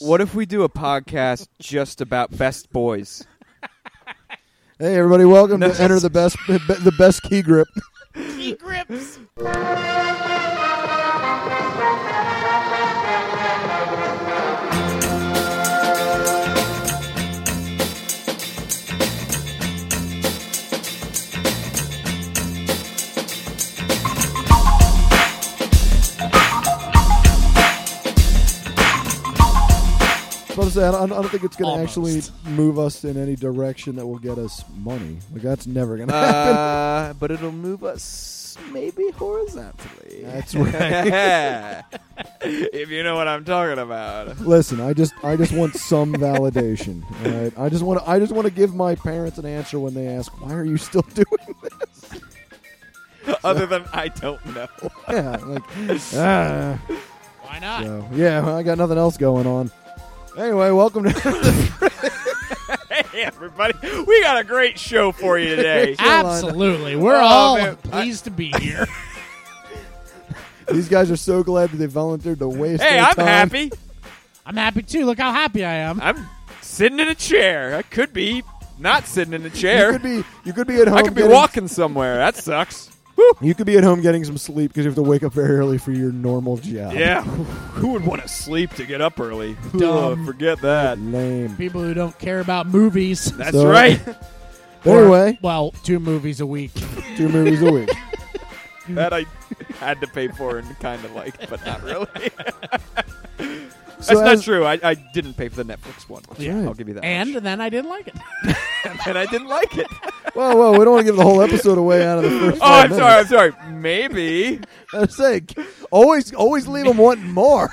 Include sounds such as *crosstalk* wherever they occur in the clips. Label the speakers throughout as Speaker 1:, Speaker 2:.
Speaker 1: What if we do a podcast just about best boys?
Speaker 2: Hey everybody, welcome
Speaker 1: No.
Speaker 2: to Enter the
Speaker 1: *laughs*
Speaker 2: Best the Best Key Grip.
Speaker 3: He grips.
Speaker 2: But I, say, I, don't, I don't think it's going to actually
Speaker 3: Almost.
Speaker 2: move us in any direction that will get us money. Like that's never going to happen.
Speaker 1: *laughs* Uh, but it'll move us maybe horizontally.
Speaker 2: That's right.
Speaker 1: *laughs* if you know what I'm talking about.
Speaker 2: Listen, I just I just want some validation. All right, I just want to I just want to give my parents an answer when they ask, "Why are you still *laughs* doing this?"
Speaker 1: Other than I don't know.
Speaker 2: Yeah, like ah.
Speaker 3: Why not?
Speaker 2: So, yeah, I got nothing else going on. Anyway, welcome to *laughs*
Speaker 1: Hey everybody, we got a great show for you *laughs* today.
Speaker 3: Absolutely. We're
Speaker 1: Oh,
Speaker 3: all
Speaker 1: man.
Speaker 3: pleased to be here.
Speaker 2: these guys are so glad that they volunteered to waste.
Speaker 1: hey,
Speaker 2: their
Speaker 1: I'm
Speaker 2: time.
Speaker 1: happy.
Speaker 3: I'm happy too. Look how happy I am.
Speaker 1: I'm sitting in a chair. I could be not sitting in a
Speaker 2: You
Speaker 1: chair.
Speaker 2: could be you could be at home.
Speaker 1: I could be
Speaker 2: getting-
Speaker 1: walking somewhere. That sucks. Woo.
Speaker 2: You could be at home getting some sleep because you have to wake up very early for your normal job.
Speaker 1: Yeah, who would want to sleep to get up early?
Speaker 3: Dumb.
Speaker 1: Ugh, forget that.
Speaker 2: Lame.
Speaker 3: People who don't care about movies.
Speaker 1: That's
Speaker 2: So-
Speaker 1: right.
Speaker 2: But anyway,
Speaker 3: Well, two movies a week.
Speaker 2: two movies a week.
Speaker 1: *laughs* that I had to pay for and kind of liked, but not really. That's
Speaker 2: So
Speaker 1: not
Speaker 2: as-
Speaker 1: true. I, I didn't pay for the Netflix one.
Speaker 3: Yeah.
Speaker 1: I'll give you that.
Speaker 3: And
Speaker 1: much. *laughs*
Speaker 3: then I didn't like it.
Speaker 1: and I didn't like it. oh,
Speaker 2: Whoa, whoa! We don't want to give the whole episode away out of the first.
Speaker 1: I'm
Speaker 2: five
Speaker 1: sorry. I'm
Speaker 2: minutes.
Speaker 1: sorry. Maybe
Speaker 2: I'm saying, always, always leave them wanting
Speaker 1: *laughs*
Speaker 2: more.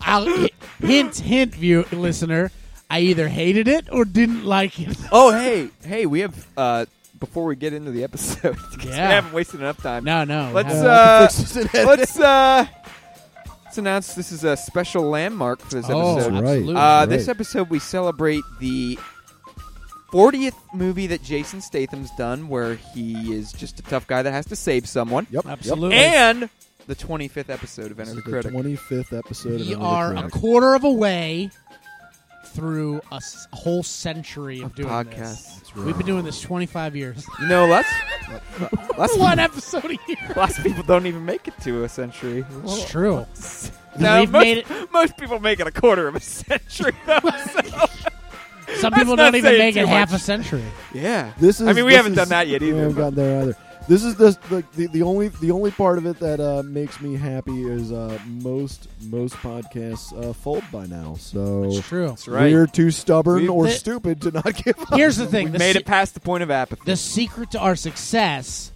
Speaker 3: I'll, hi- hint, hint, view listener. I either hated it or didn't like it.
Speaker 1: Oh, hey, hey, we have uh before we get into the episode, *laughs* 'cause we
Speaker 3: Yeah.
Speaker 1: haven't wasted enough time.
Speaker 3: No, no.
Speaker 1: Let's,
Speaker 3: no.
Speaker 1: uh,
Speaker 2: I can fix this in edit.
Speaker 1: Let's uh let's announce this is a special landmark for this
Speaker 3: Oh,
Speaker 1: episode.
Speaker 2: That's
Speaker 3: absolutely.
Speaker 2: right.
Speaker 1: Uh, this episode, we celebrate the 40th movie that Jason Statham's done, where he is just a tough guy that has to save someone,
Speaker 2: Yep,
Speaker 3: Absolutely.
Speaker 1: and the 25th episode of
Speaker 2: Yep.
Speaker 1: Enter
Speaker 2: This
Speaker 1: the
Speaker 2: is
Speaker 1: Critic.
Speaker 2: twenty fifth episode.
Speaker 3: we
Speaker 2: of Another
Speaker 3: are a
Speaker 2: Critic.
Speaker 3: quarter of a way through a s- whole century of doing
Speaker 1: podcasts.
Speaker 3: this. We've been doing this 25 years.
Speaker 1: you know, lots, lots,
Speaker 3: One episode a year.
Speaker 1: *laughs* lots of people don't even make it to a century.
Speaker 3: It's *laughs* true.
Speaker 1: No,
Speaker 3: We've
Speaker 1: most,
Speaker 3: made
Speaker 1: most people make it a quarter of a century, though. so-
Speaker 3: Some
Speaker 1: That's
Speaker 3: people
Speaker 1: not
Speaker 3: don't even
Speaker 1: saying
Speaker 3: make
Speaker 1: too
Speaker 3: it half a
Speaker 1: much.
Speaker 3: century.
Speaker 1: yeah.
Speaker 2: This is.
Speaker 1: I mean, we
Speaker 2: this
Speaker 1: haven't
Speaker 2: is-
Speaker 1: done that yet
Speaker 2: We
Speaker 1: either.
Speaker 2: haven't
Speaker 1: but-
Speaker 2: gotten there either. This is this the, the the only the only part of it that uh, makes me happy is uh, most most podcasts uh, fold by now. So
Speaker 3: It's true.
Speaker 1: That's right.
Speaker 2: we're too stubborn
Speaker 1: We-
Speaker 2: or
Speaker 3: the-
Speaker 2: stupid to not
Speaker 1: *laughs*
Speaker 2: give up.
Speaker 3: Here's the thing:
Speaker 1: We
Speaker 3: the,
Speaker 1: made
Speaker 3: se-
Speaker 1: it past the point of apathy.
Speaker 3: the secret to our success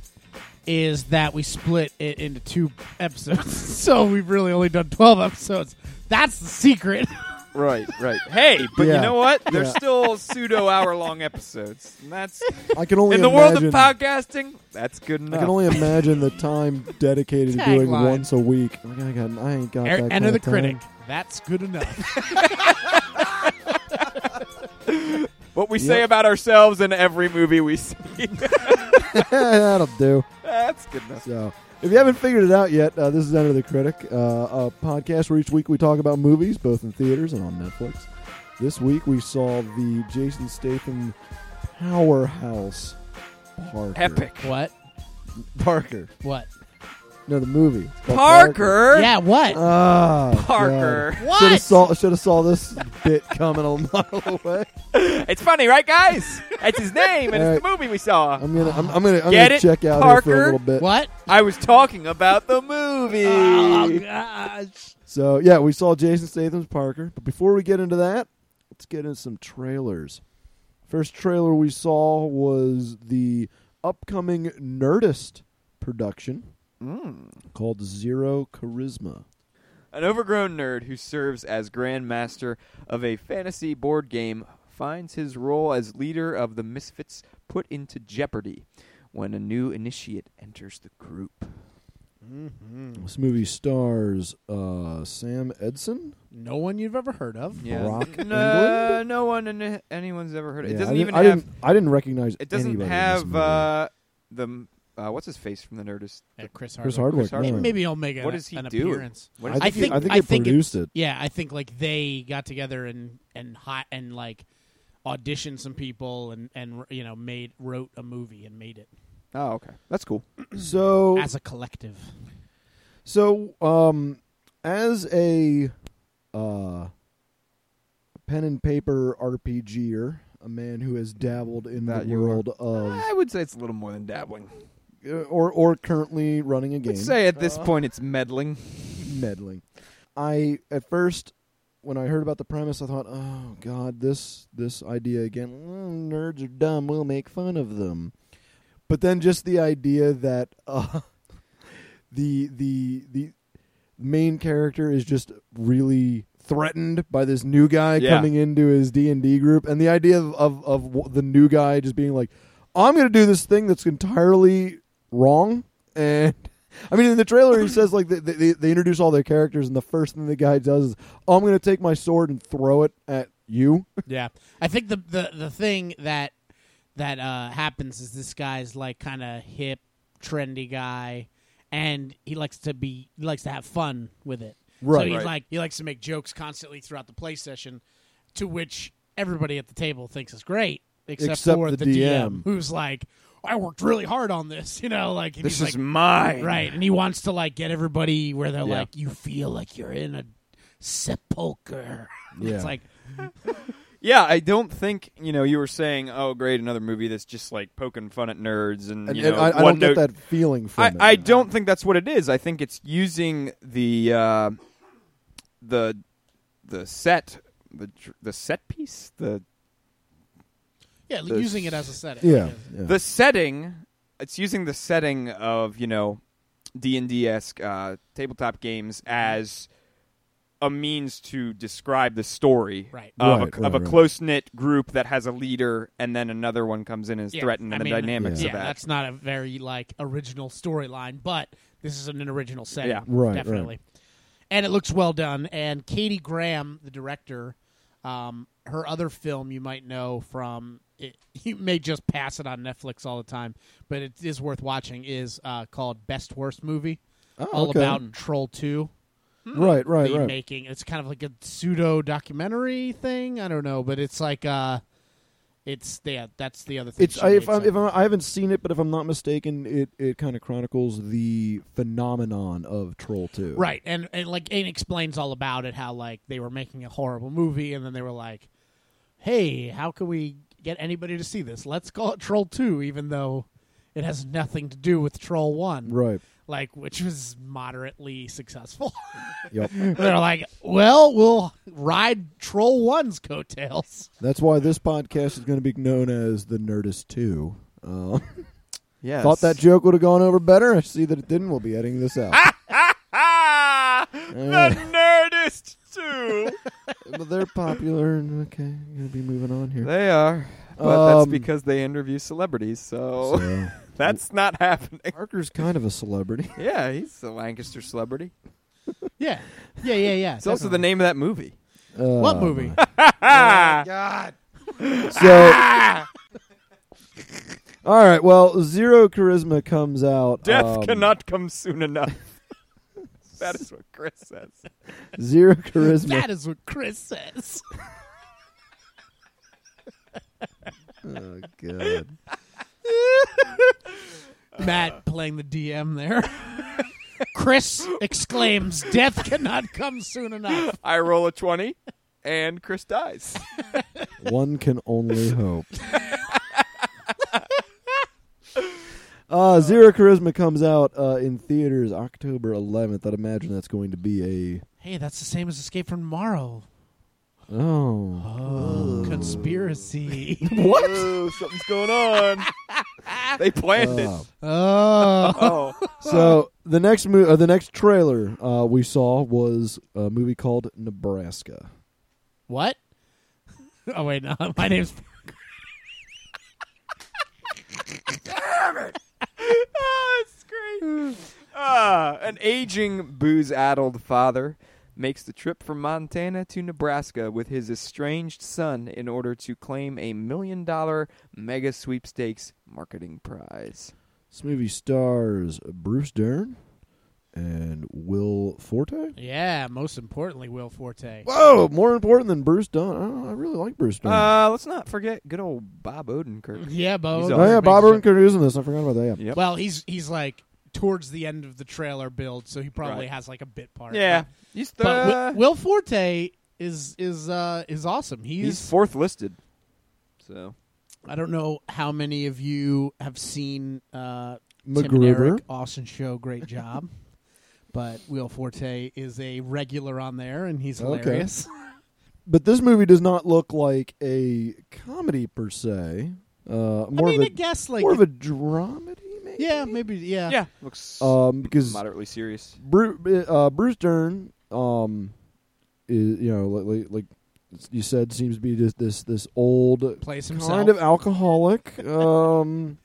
Speaker 3: is that we split it into two episodes. *laughs* so we've really only done twelve episodes. That's the secret.
Speaker 1: Right, right. Hey, but you
Speaker 2: Yeah.
Speaker 1: know what? They're
Speaker 2: Yeah.
Speaker 1: still pseudo hour long episodes. And that's
Speaker 2: I can only
Speaker 1: in the
Speaker 2: imagine,
Speaker 1: world of podcasting, that's good
Speaker 2: I
Speaker 1: enough.
Speaker 2: can only imagine the time dedicated to doing
Speaker 3: Tagline.
Speaker 2: once a week. Like, I, got, I ain't got
Speaker 3: Er-
Speaker 2: that. kind
Speaker 3: Enter
Speaker 2: of
Speaker 3: the
Speaker 2: time.
Speaker 3: critic. That's good enough.
Speaker 1: what we say
Speaker 2: Yep.
Speaker 1: about ourselves in every movie we see. *laughs*
Speaker 2: *laughs* That'll do.
Speaker 1: that's good enough.
Speaker 2: So, if you haven't figured it out yet, uh, this is Enter the Critic, uh, a podcast where each week we talk about movies, both in theaters and on Netflix. This week we saw the Jason Statham powerhouse Parker.
Speaker 1: Epic.
Speaker 3: *laughs* what?
Speaker 2: Parker.
Speaker 3: What?
Speaker 2: No, the movie. It's called
Speaker 1: Parker.
Speaker 3: Yeah. What?
Speaker 2: Ah,
Speaker 1: Parker.
Speaker 2: Should have
Speaker 3: what?
Speaker 2: saw. Should have saw this bit coming a mile *laughs* away.
Speaker 1: It's funny, right, guys? That's his name, and it's
Speaker 2: Alright.
Speaker 1: the movie we saw.
Speaker 2: I'm gonna. I'm, I'm gonna. I'm
Speaker 1: Get
Speaker 2: gonna
Speaker 1: it,
Speaker 2: check out here for
Speaker 1: Parker?
Speaker 2: a little bit.
Speaker 3: What?
Speaker 1: I was talking about the movie.
Speaker 3: Oh gosh.
Speaker 2: So yeah, we saw Jason Statham's Parker. But before we get into that, let's get into some trailers. First trailer we saw was the upcoming Nerdist production
Speaker 1: Mm.
Speaker 2: called Zero Charisma.
Speaker 1: An overgrown nerd who serves as grand master of a fantasy board game finds his role as leader of the misfits put into jeopardy when a new initiate enters the group. Mm.
Speaker 2: This movie stars uh, Sam Edson.
Speaker 3: No one you've ever heard of.
Speaker 1: Yeah.
Speaker 2: Brock
Speaker 1: no, no one, in, anyone's ever heard. It,
Speaker 2: Yeah,
Speaker 1: doesn't
Speaker 2: I didn't-
Speaker 1: even
Speaker 2: I
Speaker 1: have.
Speaker 2: Didn't, I didn't recognize.
Speaker 1: It doesn't
Speaker 2: anybody in this
Speaker 1: have
Speaker 2: movie.
Speaker 1: uh, the m- uh, what's his face from the Nerdist?
Speaker 3: Yeah, Chris Hardwick.
Speaker 2: Chris Hardwick.
Speaker 1: Chris Hardwick.
Speaker 2: yeah.
Speaker 3: Maybe he'll make a,
Speaker 1: What does he
Speaker 3: an
Speaker 1: do?
Speaker 3: appearance.
Speaker 1: What
Speaker 2: I
Speaker 1: is
Speaker 3: I
Speaker 2: think,
Speaker 3: think-
Speaker 2: I think
Speaker 3: I
Speaker 2: it
Speaker 3: think it-
Speaker 2: produced
Speaker 3: *clears throat*
Speaker 2: it.
Speaker 3: Yeah, I think like they got together and and hot and like auditioned some people and and you know made wrote a movie and made it
Speaker 1: Oh, okay, that's cool.
Speaker 2: So
Speaker 3: as a collective.
Speaker 2: So, um, as a uh, pen and paper RPGer, a man who has dabbled in
Speaker 1: That
Speaker 2: the
Speaker 1: you are.
Speaker 2: world of,
Speaker 1: I would say it's a little more than dabbling.
Speaker 2: or or currently running a game,
Speaker 1: I'd say at
Speaker 3: Uh,
Speaker 1: this point it's meddling.
Speaker 2: meddling. I at first, when I heard about the premise, I thought, "Oh God, this this idea again. Mm, nerds are dumb. We'll make fun of them." But then, just the idea that uh, *laughs* the the the main character is just really threatened by this new guy
Speaker 1: Yeah.
Speaker 2: coming into his D and D group, and the idea of, of of w- the new guy just being like, "I'm going to do this thing that's entirely wrong," *laughs* and I mean, in the trailer, he says like they, they, they introduce all their characters, and the first thing the guy does is, "Oh, "I'm going to take my sword and throw it at
Speaker 1: *laughs*
Speaker 2: you."
Speaker 3: Yeah, I think the the the thing that that uh, happens is this guy's like kind of hip, trendy guy, and he likes to be he likes to have fun with it.
Speaker 2: Right.
Speaker 3: So he
Speaker 1: Right.
Speaker 3: like he likes to make jokes constantly throughout the play session, to which everybody at the table thinks is great, except,
Speaker 2: Except
Speaker 3: for
Speaker 2: the
Speaker 3: the,
Speaker 2: DM.
Speaker 3: who's like, "I worked really hard on this," *laughs* you know, like and
Speaker 1: This
Speaker 3: he's
Speaker 1: is
Speaker 3: like,
Speaker 1: mine.
Speaker 3: Right, and he wants to like get everybody where they're
Speaker 1: Yeah.
Speaker 3: like, you feel like you're in a sepulcher. *laughs*
Speaker 2: Yeah.
Speaker 3: it's like
Speaker 1: Yeah, I don't think you know. You were saying, "Oh, great, another movie that's just like poking fun at nerds," and,
Speaker 2: And,
Speaker 1: you
Speaker 2: and
Speaker 1: know,
Speaker 2: I, I
Speaker 1: one
Speaker 2: don't get
Speaker 1: note-
Speaker 2: that feeling from
Speaker 1: I,
Speaker 2: it.
Speaker 1: I don't think that's what it is. I think it's using the uh, the the set the dr- the set piece the
Speaker 3: yeah,
Speaker 1: The
Speaker 3: using it as a setting.
Speaker 2: yeah, yeah.
Speaker 1: the setting. It's using the setting of you know D and D esque uh, tabletop games as a means to describe the story
Speaker 3: Right.
Speaker 1: of
Speaker 2: Right,
Speaker 1: a, of
Speaker 2: right,
Speaker 1: a
Speaker 2: right.
Speaker 1: close knit group that has a leader, and then another one comes in and is
Speaker 3: Yeah,
Speaker 1: threatened,
Speaker 3: I
Speaker 1: and
Speaker 3: mean,
Speaker 1: the dynamics
Speaker 3: yeah,
Speaker 1: of that.
Speaker 3: that's not a very like original storyline, but this is an original setting.
Speaker 1: Yeah.
Speaker 2: Right, right.
Speaker 3: definitely. And it looks well done. And Katie Graham, the director, um, her other film you might know from it, *laughs* you may just pass it on Netflix all the time, but it is worth watching. Is uh, called Best Worst Movie,
Speaker 2: Oh,
Speaker 3: all
Speaker 2: okay.
Speaker 3: about Troll Two.
Speaker 2: right, right,
Speaker 3: the
Speaker 2: right.
Speaker 3: making. It's kind of like a pseudo documentary thing. I don't know, but it's like uh, it's yeah. That's the other thing.
Speaker 2: It's
Speaker 3: she
Speaker 2: I, if
Speaker 3: made,
Speaker 2: I'm,
Speaker 3: so-
Speaker 2: if I'm, I haven't seen it, but if I'm not mistaken, it, it kind of chronicles the phenomenon of Troll Two.
Speaker 3: Right, and and like Aiden explains all about it, how like they were making a horrible movie, and then they were like, "Hey, how can we get anybody to see this? Let's call it Troll Two, even though it has nothing to do with Troll One,
Speaker 2: right.
Speaker 3: like which was moderately successful." *laughs*
Speaker 2: Yep.
Speaker 3: They're like, "Well, we'll ride Troll One's coattails." *laughs*
Speaker 2: That's why this podcast is going to be known as the Nerdist Two. Uh,
Speaker 1: Yes.
Speaker 2: Thought that joke would have gone over better. I see that it didn't. We'll be editing this out.
Speaker 1: Ah,
Speaker 2: Uh.
Speaker 1: the Nerdist too.
Speaker 2: *laughs* but they're popular, and okay, I'm gonna be moving on here.
Speaker 1: they are, but that's
Speaker 2: Um,
Speaker 1: because they interview celebrities, so,
Speaker 2: So,
Speaker 1: *laughs* that's not happening.
Speaker 2: Parker's kind of a celebrity.
Speaker 1: Yeah, he's a Lancaster celebrity.
Speaker 3: Yeah, yeah, yeah, yeah.
Speaker 1: It's also the name of that movie.
Speaker 2: Uh,
Speaker 3: *laughs* What movie?
Speaker 2: So,
Speaker 3: Ah!
Speaker 2: all right. Well, zero charisma comes out.
Speaker 1: Death
Speaker 2: um,
Speaker 1: cannot come soon enough. *laughs* that is what Chris says.
Speaker 2: Zero charisma.
Speaker 3: *laughs* that is what Chris says.
Speaker 2: oh god.
Speaker 3: Matt playing the DM there. *laughs* Chris exclaims, "Death cannot come soon enough."
Speaker 1: I roll a twenty, and Chris dies.
Speaker 2: One can only hope. Uh, Zero Charisma comes out uh, in theaters October 11th. I'd imagine that's going to be
Speaker 3: Hey, that's the same as Escape from Tomorrow.
Speaker 2: a oh
Speaker 3: Oh, *laughs* conspiracy.
Speaker 1: What? something's going on. *laughs* Um, they planned
Speaker 2: Oh.
Speaker 1: it.
Speaker 3: oh,
Speaker 1: *laughs* Oh,
Speaker 2: So the next mo- uh, the next trailer uh, we saw was a movie called Nebraska.
Speaker 3: *laughs* what? Oh wait, no. My name's
Speaker 1: oh it's great. Ah, an aging, booze-addled father makes the trip from Montana to Nebraska with his estranged son in order to claim a million-dollar mega sweepstakes marketing prize.
Speaker 2: This movie stars Bruce Dern and Will Forte.
Speaker 3: Yeah, most importantly, Will Forte.
Speaker 2: Whoa, more important than Bruce Dern. I, don't know, I really like Bruce Dern.
Speaker 1: Uh, let's not forget good old Bob Odenkirk.
Speaker 3: Yeah, Bo.
Speaker 1: He's
Speaker 2: oh yeah,
Speaker 1: Odenkirk's
Speaker 2: Bob Odenkirk is in this. I forgot about that. Yeah.
Speaker 1: Yep.
Speaker 3: Well, he's he's like towards the end of the trailer build, so he probably
Speaker 1: Right.
Speaker 3: has like a bit part.
Speaker 1: yeah, he's the
Speaker 3: But Wi- Will Forte is is uh is awesome. He's,
Speaker 1: he's fourth listed. So
Speaker 3: I don't know how many of you have seen uh Tim and
Speaker 2: MacGruber.
Speaker 3: Eric Austin show great job. *laughs* but Will Forte is a regular on there and he's
Speaker 2: Okay. *laughs*
Speaker 3: hilarious.
Speaker 2: But this movie does not look like a comedy per se. Uh, more
Speaker 3: I mean,
Speaker 2: of
Speaker 3: I
Speaker 2: a
Speaker 3: guess like
Speaker 2: more of a dramedy, maybe.
Speaker 3: yeah, maybe yeah. Uh,
Speaker 1: yeah, looks
Speaker 2: Um, because
Speaker 1: moderately serious.
Speaker 2: Bruce, uh, Bruce Dern, um, is you know like, like like you said, seems to be just this this old
Speaker 3: Plays himself.
Speaker 2: kind of alcoholic, um,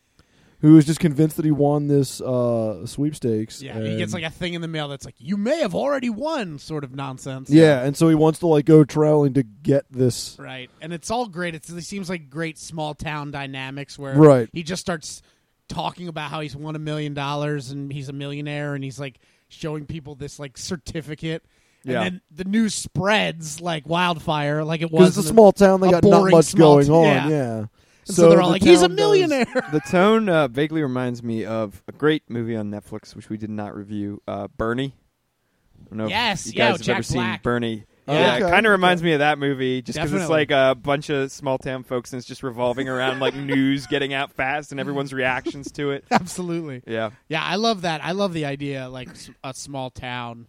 Speaker 2: who is just convinced that he won this uh, sweepstakes.
Speaker 3: yeah, he gets
Speaker 2: and-
Speaker 3: like a thing in the mail that's like you may have already won sort of nonsense.
Speaker 2: yeah, and so he wants to like go traveling to get this.
Speaker 3: Right. And it's all great. It's, it seems like great small town dynamics where
Speaker 2: Right.
Speaker 3: he just starts talking about how he's won a million dollars and he's a millionaire and he's like showing people this like certificate.
Speaker 1: Yeah.
Speaker 3: And then the news spreads like wildfire, like it was.
Speaker 2: Because it's a
Speaker 3: in the-
Speaker 2: small town, they
Speaker 3: a
Speaker 2: got not
Speaker 3: boring
Speaker 2: much
Speaker 3: small
Speaker 2: going
Speaker 3: t-
Speaker 2: on.
Speaker 3: yeah.
Speaker 2: Yeah.
Speaker 3: and so, they're all
Speaker 2: the
Speaker 3: like, he's a
Speaker 2: town does-
Speaker 3: millionaire. *laughs*
Speaker 1: The tone uh, vaguely reminds me of a great movie on Netflix, which we did not review, uh, Bernie. I don't know if
Speaker 3: Yes,
Speaker 1: you
Speaker 3: yeah,
Speaker 1: guys
Speaker 3: with
Speaker 1: have
Speaker 3: Jack
Speaker 1: ever seen
Speaker 3: Black.
Speaker 1: Bernie.
Speaker 2: Oh,
Speaker 1: yeah,
Speaker 2: okay.
Speaker 1: it kind of reminds me of that movie, just because it's
Speaker 3: Definitely.
Speaker 1: like a bunch of small town folks, and it's just revolving around
Speaker 2: *laughs*
Speaker 1: like news getting out fast and everyone's reactions to it.
Speaker 3: Absolutely.
Speaker 1: Yeah,
Speaker 3: Yeah, I love that. I love the idea like s- a small town.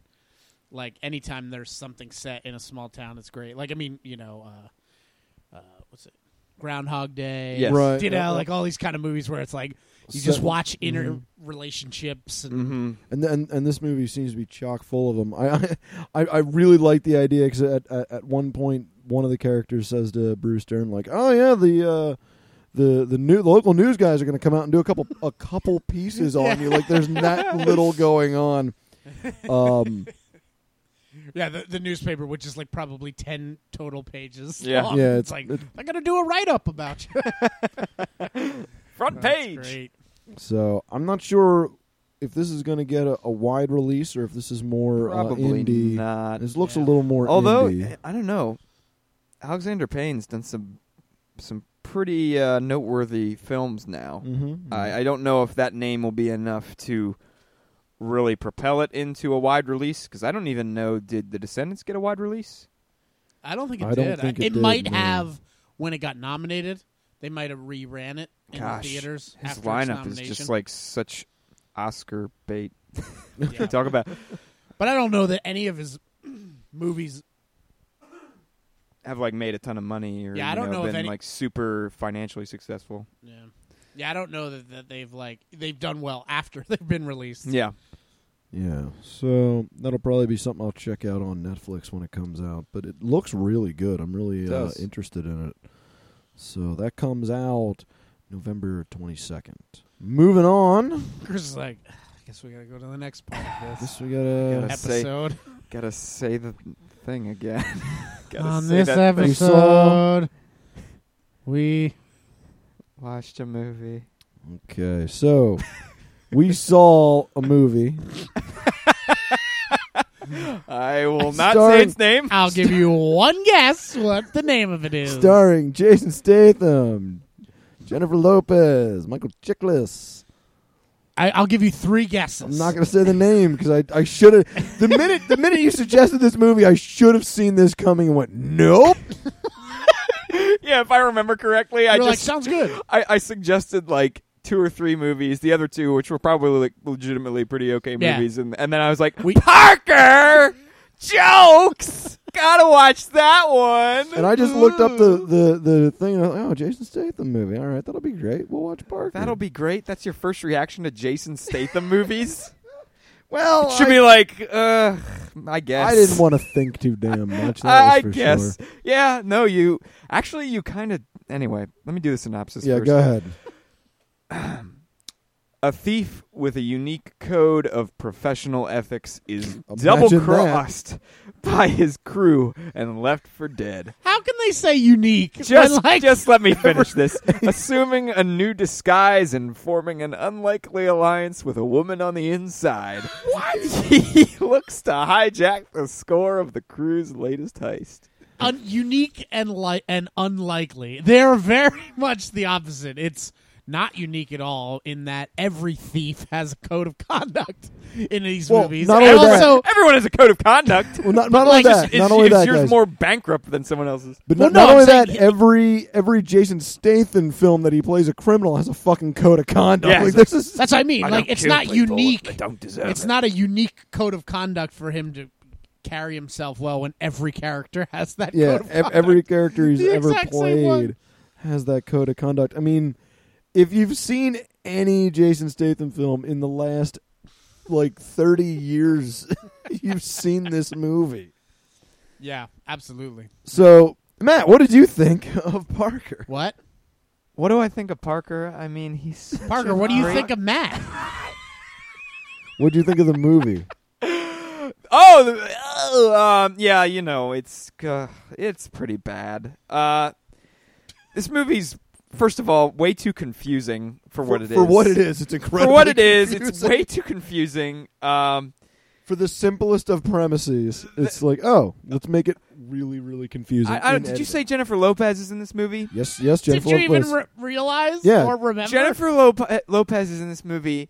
Speaker 3: Like anytime there's something set in a small town, it's great. Like I mean, you know, uh, uh, what's it? Groundhog Day.
Speaker 1: Yes.
Speaker 2: Right.
Speaker 3: You know,
Speaker 2: Yeah.
Speaker 3: like all these kind of movies where it's like
Speaker 2: Set-
Speaker 3: you
Speaker 2: Mm-hmm.
Speaker 3: just watch inner relationships and
Speaker 1: hmm
Speaker 2: And, th- and and this movie seems to be chock full of them. I I, I really like the idea because at, at at one point one of the characters says to Bruce Dern like, "Oh yeah, the uh, the the new the local news guys are going to come out and do a couple a couple pieces on you." Like there's
Speaker 3: *laughs*
Speaker 2: that little going on. Um,
Speaker 3: yeah, the, the newspaper, which is like probably ten total pages.
Speaker 1: Yeah.
Speaker 3: long.
Speaker 2: Yeah, it's-
Speaker 3: it's, like
Speaker 2: it's-
Speaker 3: I gotta do a write up about you.
Speaker 1: front
Speaker 3: *laughs* That's
Speaker 1: page.
Speaker 3: great.
Speaker 2: so I'm not sure if this is going to get a, a wide release or if this is more uh,
Speaker 1: Probably
Speaker 2: indie.
Speaker 1: not.
Speaker 2: This looks a
Speaker 3: Yeah.
Speaker 2: little more
Speaker 1: Although eh,
Speaker 2: indie.
Speaker 1: I don't know, Alexander Payne's done some some pretty uh, noteworthy films now.
Speaker 2: Mhm.
Speaker 1: mm-hmm.
Speaker 3: Mm.
Speaker 1: I, I don't know if that name will be enough to really propel it into a wide release because I don't even know did the Descendants get a wide release?
Speaker 3: I don't think it
Speaker 2: I don't
Speaker 3: did.
Speaker 2: think
Speaker 3: I-
Speaker 2: it did,
Speaker 3: might
Speaker 2: no.
Speaker 3: have when it got nominated. They might have reran it in
Speaker 1: Gosh,
Speaker 3: the theaters.
Speaker 1: His
Speaker 3: after its
Speaker 1: lineup is
Speaker 3: nomination.
Speaker 1: just like such Oscar bait. *laughs*
Speaker 3: Yeah.
Speaker 1: Talk about
Speaker 3: But I don't know that any of his *clears throat* movies.
Speaker 1: have like made a ton of money or
Speaker 3: Yeah, I
Speaker 1: you
Speaker 3: don't know if
Speaker 1: been
Speaker 3: any-
Speaker 1: like super financially successful.
Speaker 3: Yeah, yeah, I don't know that, that they've like they've done well after *laughs* they've been released.
Speaker 1: Yeah,
Speaker 2: Yeah. So that'll probably be something I'll check out on Netflix when it comes out. But it looks really good. I'm really
Speaker 1: It
Speaker 2: uh,
Speaker 1: does.
Speaker 2: interested in it. So that comes out November 22nd. Moving on.
Speaker 3: Chris is like, "Ugh, I guess we gotta go to the next part of
Speaker 1: *sighs*
Speaker 3: this
Speaker 2: This we got a.
Speaker 1: Gotta say-
Speaker 3: episode.
Speaker 1: gotta say the thing again. *laughs* gotta
Speaker 3: On
Speaker 1: say
Speaker 3: this
Speaker 1: that thing.
Speaker 2: We
Speaker 3: episode,
Speaker 1: *laughs*
Speaker 3: we
Speaker 1: Watched a movie.
Speaker 2: Okay. So we saw
Speaker 1: *laughs*
Speaker 2: a movie.
Speaker 1: *laughs* I will not
Speaker 2: Starring-
Speaker 1: say its name. *laughs*
Speaker 3: I'll give you one guess what the name of it is.
Speaker 2: starring Jason Statham, Jennifer Lopez, Michael Chiklis.
Speaker 3: I, I'll give you three guesses.
Speaker 2: I'm not going to say the name because I, I should have. The minute the minute you suggested this movie, I should have seen this coming and went, nope.
Speaker 1: yeah, if I remember correctly, I
Speaker 3: You're like,
Speaker 1: just
Speaker 3: sounds good.
Speaker 1: I, I suggested like two or three movies, the other two, which were probably like legitimately pretty okay
Speaker 3: Yeah.
Speaker 1: movies, and and then I was like,
Speaker 3: We-
Speaker 1: Parker jokes, gotta watch that one.
Speaker 2: And I just looked up the, the, the thing. And I was like, oh, Jason Statham movie. All right, that'll be great. We'll watch Parker.
Speaker 1: That'll be great. That's your first reaction to Jason Statham movies.
Speaker 2: *laughs* well.
Speaker 1: It should
Speaker 2: I,
Speaker 1: be like, uh, I guess.
Speaker 2: I didn't want to think too damn much.
Speaker 1: *laughs*
Speaker 2: That
Speaker 1: I, I
Speaker 2: was for
Speaker 1: guess.
Speaker 2: Sure.
Speaker 1: Yeah. No, you actually you kind of. Anyway, let me do the synopsis.
Speaker 2: Yeah,
Speaker 1: first.
Speaker 2: go ahead.
Speaker 1: A thief with a unique code of professional ethics is double crossed *laughs* by his crew and left for
Speaker 3: *laughs*
Speaker 1: dead.
Speaker 3: How can they say unique? when,
Speaker 1: Just,
Speaker 3: like,
Speaker 1: just let
Speaker 3: *laughs*
Speaker 1: me finish this. Assuming a new disguise and forming an unlikely alliance with a woman on the inside, what? *laughs* he looks to hijack the score of the crew's latest heist.
Speaker 3: un- unique and like and unlikely. They're very *laughs* much the opposite. It's not unique at all in that every thief has a code of conduct in these
Speaker 2: Well,
Speaker 3: movies.
Speaker 2: not
Speaker 3: and
Speaker 2: only that-
Speaker 3: also,
Speaker 1: Everyone has a code of conduct.
Speaker 2: Well, not, not only
Speaker 3: like,
Speaker 2: that.
Speaker 1: It's-
Speaker 2: not
Speaker 1: it's-
Speaker 2: only
Speaker 1: it's
Speaker 2: that,
Speaker 1: yours
Speaker 2: guys.
Speaker 1: more bankrupt than someone else's.
Speaker 2: But
Speaker 3: Well,
Speaker 2: not,
Speaker 3: no,
Speaker 2: not
Speaker 3: I'm
Speaker 2: only
Speaker 3: saying
Speaker 2: that,
Speaker 3: he-
Speaker 2: every every Jason Statham film that he plays a criminal has a fucking code of conduct.
Speaker 1: Yes.
Speaker 2: Like this is
Speaker 3: that's what I mean. like it's not unique.
Speaker 1: don't deserve
Speaker 3: It's not a unique code of conduct for him to carry himself well when every character *laughs* has that
Speaker 2: yeah,
Speaker 3: code of
Speaker 2: ev-
Speaker 3: conduct.
Speaker 2: every character he's
Speaker 3: The
Speaker 2: ever
Speaker 3: exact same one.
Speaker 2: played has that code of conduct. I mean, if you've seen any Jason Statham film in the last like 30 years, *laughs* you've seen this movie.
Speaker 3: yeah, absolutely.
Speaker 2: So, Matt, what did you think of Parker?
Speaker 3: What?
Speaker 1: What do I think of Parker? I mean, he's
Speaker 3: Parker, what do you think of Matt?
Speaker 2: What do you think of the movie?
Speaker 1: Oh, the- oh, um, yeah, you know, it's uh, it's pretty bad. Uh, this movie's first of all way too confusing *laughs* for what it is.
Speaker 2: For what it is, it's
Speaker 1: For
Speaker 2: incredible.
Speaker 1: what it is,
Speaker 2: *laughs*
Speaker 1: it's way too confusing. Um,
Speaker 2: for the simplest of premises. It's like, oh, let's make it really, really confusing.
Speaker 1: I, I don't,
Speaker 2: in
Speaker 1: did you
Speaker 2: editing.
Speaker 1: say Jennifer Lopez is in this movie?
Speaker 2: yes? Yes, Jennifer.
Speaker 3: Did you even
Speaker 2: Lopez.
Speaker 3: re- realize
Speaker 2: Yeah.
Speaker 3: or remember?
Speaker 1: Jennifer Lope- Lopez is in this movie,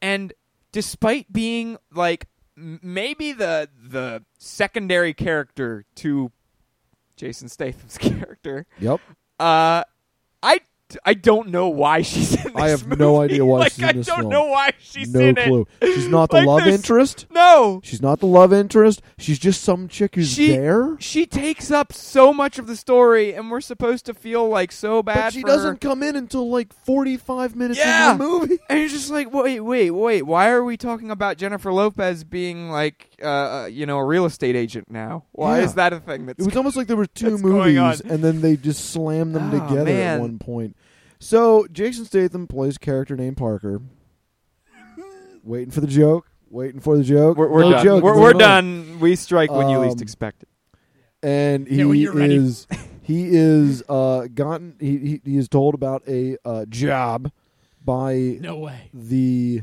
Speaker 1: and despite being like m- maybe the the secondary character to Jason Statham's *laughs* character,
Speaker 2: yep.
Speaker 1: uh, I I don't know why she's in this.
Speaker 2: I have
Speaker 1: movie.
Speaker 2: no idea why
Speaker 1: like,
Speaker 2: she's in this
Speaker 1: I don't
Speaker 2: film.
Speaker 1: know why she's
Speaker 2: no
Speaker 1: in
Speaker 2: clue.
Speaker 1: it.
Speaker 2: She's
Speaker 1: *laughs*
Speaker 2: not the
Speaker 1: Like,
Speaker 2: love
Speaker 1: there's-
Speaker 2: interest.
Speaker 1: No,
Speaker 2: She's not the love interest. She's just some chick who's
Speaker 1: She-
Speaker 2: there.
Speaker 1: she takes up so much of the story, and we're supposed to feel like so bad.
Speaker 2: But she
Speaker 1: for her.
Speaker 2: doesn't come in until like forty-five minutes
Speaker 1: Yeah.
Speaker 2: into the movie. *laughs*
Speaker 1: And you're just like, wait, wait, wait. Why are we talking about Jennifer Lopez being like, uh, uh, you know, a real estate agent now? Why
Speaker 2: Yeah.
Speaker 1: is that a thing?
Speaker 2: It
Speaker 1: That's
Speaker 2: was almost like there were two
Speaker 1: That's going
Speaker 2: movies,
Speaker 1: on.
Speaker 2: and then they just slammed them
Speaker 1: Oh,
Speaker 2: together
Speaker 1: man.
Speaker 2: at one point. So Jason Statham plays a character named Parker.
Speaker 1: *laughs*
Speaker 2: waiting for the joke. Waiting for the joke.
Speaker 1: we're, we're
Speaker 2: No
Speaker 1: done.
Speaker 2: joke,
Speaker 1: we're
Speaker 2: it's
Speaker 1: we're
Speaker 2: another-
Speaker 1: done. We strike when you least
Speaker 2: Um,
Speaker 1: expect it.
Speaker 2: And he
Speaker 3: Yeah, when you're ready.
Speaker 2: is he is uh, gotten. He, he he is told about a uh, job by
Speaker 3: No way.
Speaker 2: the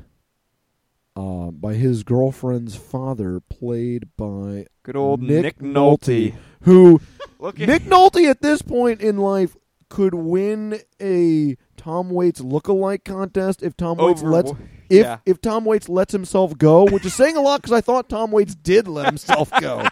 Speaker 2: uh, by his girlfriend's father, played by
Speaker 1: Good old
Speaker 2: Nick
Speaker 1: Nick, Nolte.
Speaker 2: who
Speaker 1: Look at
Speaker 2: Nick Nolte at this point in life could win a Tom Waits lookalike contest if Tom Waits
Speaker 1: over.
Speaker 2: lets if
Speaker 1: yeah.
Speaker 2: if Tom Waits lets himself go, which is saying a lot because I thought Tom Waits did let himself
Speaker 1: *laughs*
Speaker 2: go,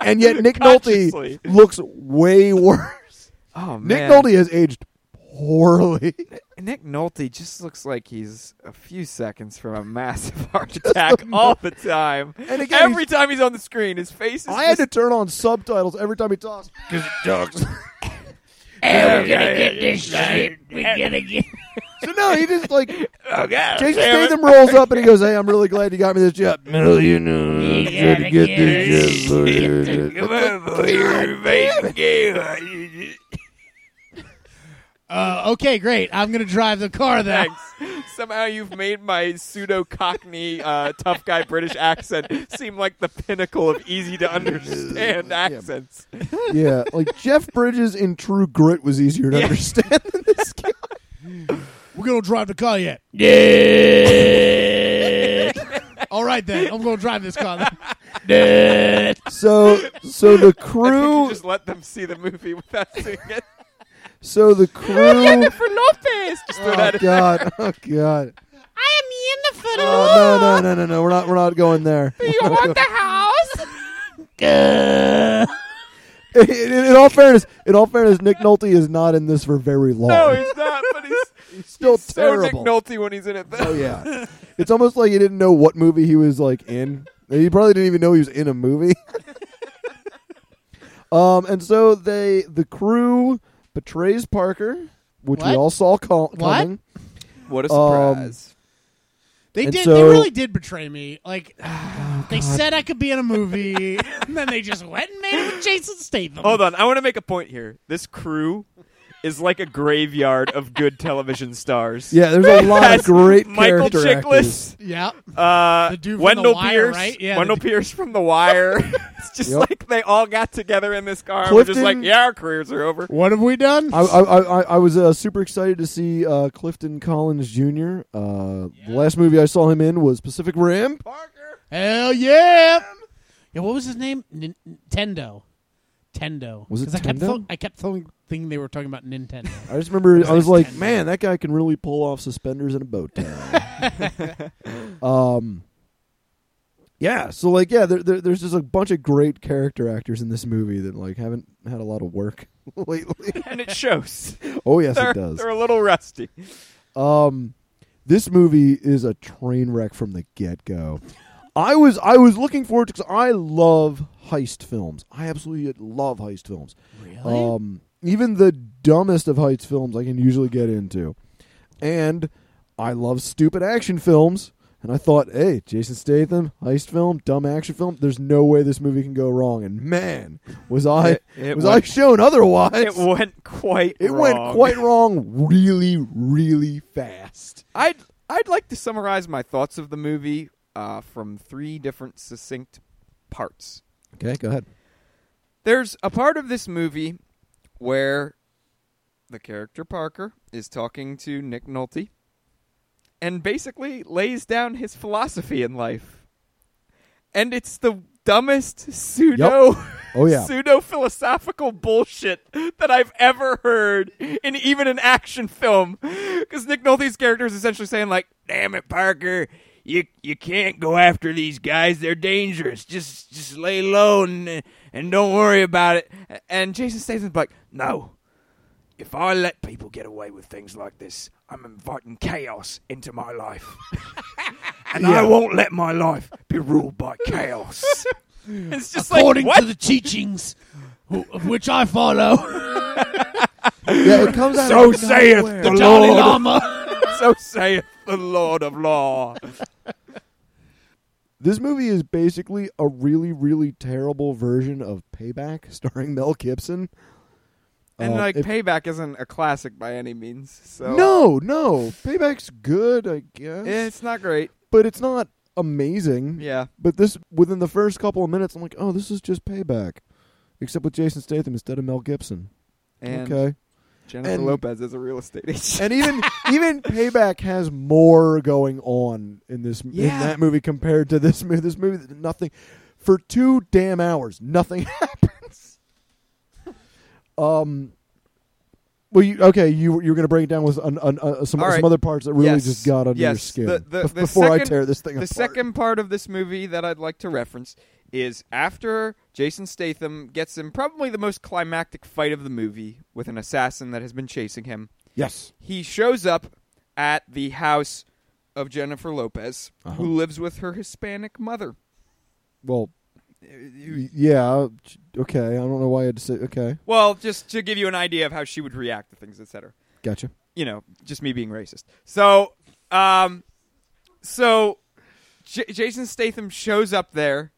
Speaker 2: and yet Nick Nolte
Speaker 1: Consciously.
Speaker 2: looks way worse.
Speaker 1: Oh man,
Speaker 2: Nick Nolte has aged poorly.
Speaker 1: Nick Nolte just looks like he's a few seconds from a massive *laughs*
Speaker 2: *laughs*
Speaker 1: heart attack all the time.
Speaker 2: And again,
Speaker 1: every time he's on the screen, his face is.
Speaker 2: I had
Speaker 1: just-
Speaker 2: to turn on subtitles every time he talks.
Speaker 1: *laughs*
Speaker 3: we're gonna get this shit. We're gonna get.
Speaker 2: *laughs* So no, he just
Speaker 1: *laughs*
Speaker 2: like
Speaker 1: Oh, God,
Speaker 2: Jason
Speaker 1: damn it.
Speaker 2: Statham rolls up and he goes, "Hey, I'm really glad you got me this job."
Speaker 3: gotta get this
Speaker 1: Come
Speaker 2: *laughs*
Speaker 1: on, boy, you're amazing. Yeah.
Speaker 3: Uh, okay, great. I'm gonna drive the car then.
Speaker 1: Thanks. Somehow you've made my pseudo Cockney uh, tough guy British accent seem like the pinnacle of easy to understand accents.
Speaker 2: yeah, like Jeff Bridges in True Grit was easier to
Speaker 1: Yeah.
Speaker 2: understand than
Speaker 1: *laughs*
Speaker 2: this guy.
Speaker 3: We're gonna drive the car yet. All right then. I'm gonna drive this *laughs* car. Then.
Speaker 2: So, so the
Speaker 1: I think you
Speaker 2: crew,
Speaker 1: just let them see the movie without seeing it.
Speaker 2: so the
Speaker 1: *laughs*
Speaker 2: crew.
Speaker 1: For Lopez, just throw
Speaker 2: Oh
Speaker 1: that in.
Speaker 2: God! Oh God!
Speaker 3: I am in the food.
Speaker 2: Oh no! No! No! No! No! We're not. We're not
Speaker 1: *laughs*
Speaker 2: going there.
Speaker 3: You want the house?
Speaker 2: *laughs* in, in- in all fairness, in all fairness, Nick Nolte is not in this for very long.
Speaker 1: No, he's not. But he's,
Speaker 2: He's still
Speaker 1: he's so Nick
Speaker 2: terrible.
Speaker 1: Nolte when he's in it. Though.
Speaker 2: *laughs*
Speaker 1: *laughs*
Speaker 2: oh yeah, it's almost like he didn't know what movie he was like in. He probably didn't even know he was in a movie. *laughs* um, and so they, the crew, betrays Parker, which we
Speaker 3: What?
Speaker 2: all saw call,
Speaker 3: What?
Speaker 2: coming.
Speaker 1: What a
Speaker 2: Um,
Speaker 1: surprise!
Speaker 3: They
Speaker 2: And
Speaker 3: did. they
Speaker 2: so- Oh,
Speaker 3: really did betray me.
Speaker 2: *sighs*
Speaker 3: Like they said, I could be in a movie, *laughs* and then they just went and made it with Jason Statham.
Speaker 1: Hold on, I want to make a point here. This crew is like a graveyard of good television stars.
Speaker 2: Yeah, there's
Speaker 1: *laughs*
Speaker 2: a lot of
Speaker 1: That's
Speaker 2: great
Speaker 1: Michael
Speaker 2: character actors.
Speaker 1: Chiklis,
Speaker 3: Yeah.
Speaker 1: uh,
Speaker 3: The dude from The
Speaker 1: Wendell
Speaker 3: Wire,
Speaker 1: Pierce,
Speaker 3: right? Yeah, the
Speaker 1: Wendell
Speaker 3: dude-
Speaker 1: Pierce from The
Speaker 3: *laughs*
Speaker 1: Wire. it's just
Speaker 2: Yep.
Speaker 1: like they all got together in this car. and We're just like,
Speaker 2: Clifton-
Speaker 1: yeah, our careers are over.
Speaker 3: What have we done?
Speaker 2: I, I, I, I- I was uh, super excited to see uh, Clifton Collins Jr. Uh, The last movie I saw him in was Pacific Rim.
Speaker 1: Parker,
Speaker 3: Hell yeah! Yeah, what was his name? Nin- Nintendo. Tendo.
Speaker 2: Was it
Speaker 3: 'Cause I kept,
Speaker 2: Tendo?
Speaker 3: thought- I kept thinking- thinking they were talking about Nintendo.
Speaker 2: *laughs* I just remember I was
Speaker 3: Nice
Speaker 2: like,
Speaker 3: tender.
Speaker 2: man, that guy can really pull off suspenders and a
Speaker 1: *laughs*
Speaker 2: bow tie. um, yeah, so like, yeah, there, there, there's just a bunch of great character actors in this movie that like haven't had a lot of work *laughs* lately.
Speaker 1: and it shows.
Speaker 2: oh yes,
Speaker 1: they're,
Speaker 2: it does.
Speaker 1: they're a little rusty.
Speaker 2: Um, this movie is a train wreck from the get go. I was I was looking forward to because I love heist films. I absolutely love heist films.
Speaker 3: Really?
Speaker 2: Um, even the dumbest of heist films I can usually get into, and I love stupid action films. And I thought, hey, Jason Statham, heist film, dumb action film. There's no way this movie can go wrong. And man, was I
Speaker 1: It- it
Speaker 2: was
Speaker 1: went-
Speaker 2: I shown otherwise?
Speaker 1: It went quite.
Speaker 2: It
Speaker 1: wrong.
Speaker 2: went quite wrong, really, really fast.
Speaker 1: I'd I'd like to summarize my thoughts of the movie uh, from three different succinct parts.
Speaker 2: Okay, go ahead.
Speaker 1: There's a part of this movie where the character Parker is talking to Nick Nolte and basically lays down his philosophy in life. And it's the dumbest pseudo *laughs*
Speaker 2: *laughs* Oh, yeah.
Speaker 1: pseudo philosophical bullshit that I've ever heard in even an action film. Because Nick Nolte's character is essentially saying, like, damn it, Parker, you you can't go after these guys. They're dangerous. Just just lay low and and don't worry about it. And Jason Statham's like, no. If I let people get away with things like this, I'm inviting chaos into my
Speaker 2: *laughs*
Speaker 1: life. and I won't let my life be ruled by
Speaker 2: *laughs*
Speaker 1: chaos. it's just
Speaker 3: According
Speaker 1: like, what?
Speaker 3: to the teachings who, of which I *laughs* follow,
Speaker 2: Yeah, it comes
Speaker 1: *laughs*
Speaker 2: out
Speaker 1: So
Speaker 2: of
Speaker 1: saith
Speaker 2: nowhere.
Speaker 1: the
Speaker 3: the Dalai
Speaker 1: Lord.
Speaker 3: Lama.
Speaker 1: so saith the Lord of Law.
Speaker 2: This movie is basically a really, really terrible version of Payback, *laughs* starring Mel Gibson.
Speaker 1: And
Speaker 2: Uh,
Speaker 1: like
Speaker 2: if-
Speaker 1: payback isn't a classic by any means. So
Speaker 2: no, no, Payback's good, I guess,
Speaker 1: it's not great.
Speaker 2: but it's not amazing.
Speaker 1: Yeah,
Speaker 2: But this, within the first couple of minutes, I'm like, oh, this is just Payback, except with Jason Statham instead of Mel Gibson.
Speaker 1: and
Speaker 2: okay,
Speaker 1: Jennifer
Speaker 2: and-
Speaker 1: Lopez is a real estate agent.
Speaker 2: *laughs* and even even Payback has more going on in this in
Speaker 1: Yeah.
Speaker 2: that movie compared to this movie. This movie, nothing for two damn hours, nothing *laughs* happens. um. Well, you, okay, you you were going to break it down with an, an, uh, some
Speaker 1: All right.
Speaker 2: some other parts that really
Speaker 1: Yes.
Speaker 2: just got under your
Speaker 1: Yes.
Speaker 2: skin
Speaker 1: The- the-
Speaker 2: bef-
Speaker 1: the
Speaker 2: before I
Speaker 1: second-
Speaker 2: tear this thing
Speaker 1: *laughs* the
Speaker 2: apart.
Speaker 1: second part of this movie that I'd like to reference is after Jason Statham gets in probably the most climactic fight of the movie with an assassin that has been chasing him.
Speaker 2: yes,
Speaker 1: He shows up at the house of Jennifer Lopez,
Speaker 2: Uh-huh.
Speaker 1: who lives with her Hispanic mother.
Speaker 2: well,
Speaker 1: Uh,
Speaker 2: y- yeah, okay. I don't know why I had to say okay.
Speaker 1: Well, just to give you an idea of how she would react to things, etc.
Speaker 2: Gotcha.
Speaker 1: you know, just me being racist. So, um, so J- Jason Statham shows up there,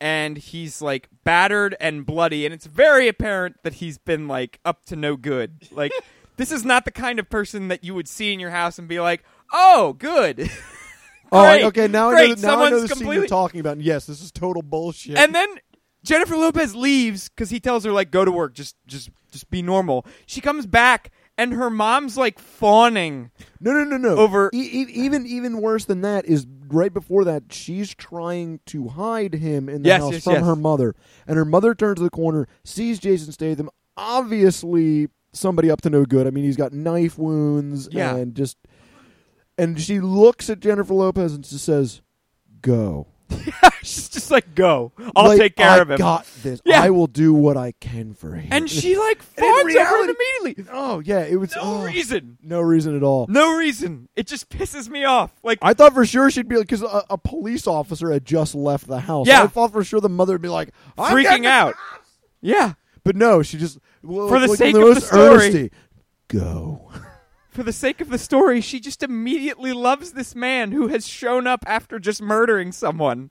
Speaker 1: and he's like battered and bloody, and it's very apparent that he's been like up to no good. Like,
Speaker 2: *laughs*
Speaker 1: this is not the kind of person that you would see in your house and be like, "Oh, good."
Speaker 2: Oh, I-
Speaker 1: Great.
Speaker 2: okay. Now I
Speaker 1: Great.
Speaker 2: know. the- Now I know
Speaker 1: Someone's
Speaker 2: the scene you're
Speaker 1: completely-
Speaker 2: talking about. Yes, this is total bullshit.
Speaker 1: And then Jennifer Lopez leaves because he tells her like, "Go to work, just, just, just be normal." She comes back, and her mom's like fawning. *laughs*
Speaker 2: No, no, no, no.
Speaker 1: Over-
Speaker 2: E- e- even even worse than that is right before that she's trying to hide him in the
Speaker 1: Yes,
Speaker 2: house
Speaker 1: yes,
Speaker 2: from
Speaker 1: yes.
Speaker 2: her mother, and her mother turns the corner, sees Jason Statham, obviously somebody up to no good. I mean, he's got knife wounds
Speaker 1: Yeah.
Speaker 2: and just, and she looks at Jennifer Lopez and just says, "Go."
Speaker 1: She's just like, "Go, I'll
Speaker 2: Like,
Speaker 1: take care
Speaker 2: I
Speaker 1: of him."
Speaker 2: Got this.
Speaker 1: Yeah.
Speaker 2: I will do what I can for him. *laughs*
Speaker 1: And she like
Speaker 2: And in
Speaker 1: fawns over
Speaker 2: reality-
Speaker 1: it immediately.
Speaker 2: oh yeah, it was
Speaker 1: No
Speaker 2: oh,
Speaker 1: reason.
Speaker 2: no reason at all.
Speaker 1: No reason. It just pisses me off. Like
Speaker 2: I thought for sure she'd be like, because a, a police officer had just left the house.
Speaker 1: Yeah.
Speaker 2: I thought for sure the mother would be like, "I'm
Speaker 1: freaking
Speaker 2: getting-"
Speaker 1: out. Yeah.
Speaker 2: But no, she just well,
Speaker 1: For the
Speaker 2: like,
Speaker 1: sake
Speaker 2: the
Speaker 1: of the
Speaker 2: most
Speaker 1: story.
Speaker 2: earnesty, go.
Speaker 1: For the sake of the story, she just immediately loves this man who has shown up after just murdering someone.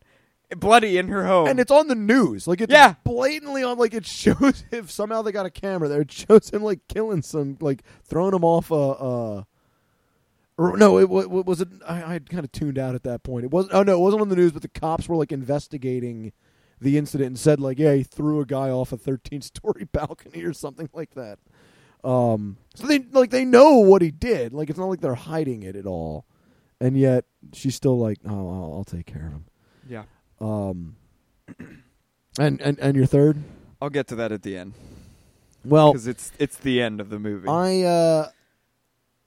Speaker 1: bloody in her home.
Speaker 2: and it's on the news. Like it's
Speaker 1: Yeah.
Speaker 2: blatantly on. Like it *laughs* shows if somehow they got a camera there. It shows him like killing some, like throwing him off a. Uh, or no, it wa- wa- was it. I, I had kind of tuned out at that point. It was. Oh no, it wasn't on the news. But the cops were like investigating the incident and said like, yeah, he threw a guy off a 13 story *laughs* balcony or something like that. Um, so they like they know what he did. Like it's not like they're hiding it at all. And yet she's still like, oh, I'll, I'll take care of him.
Speaker 1: yeah,
Speaker 2: Um, and, and and your third?
Speaker 1: I'll get to that at the end
Speaker 2: Well,
Speaker 1: because it's it's the end of the movie.
Speaker 2: Oh. I uh,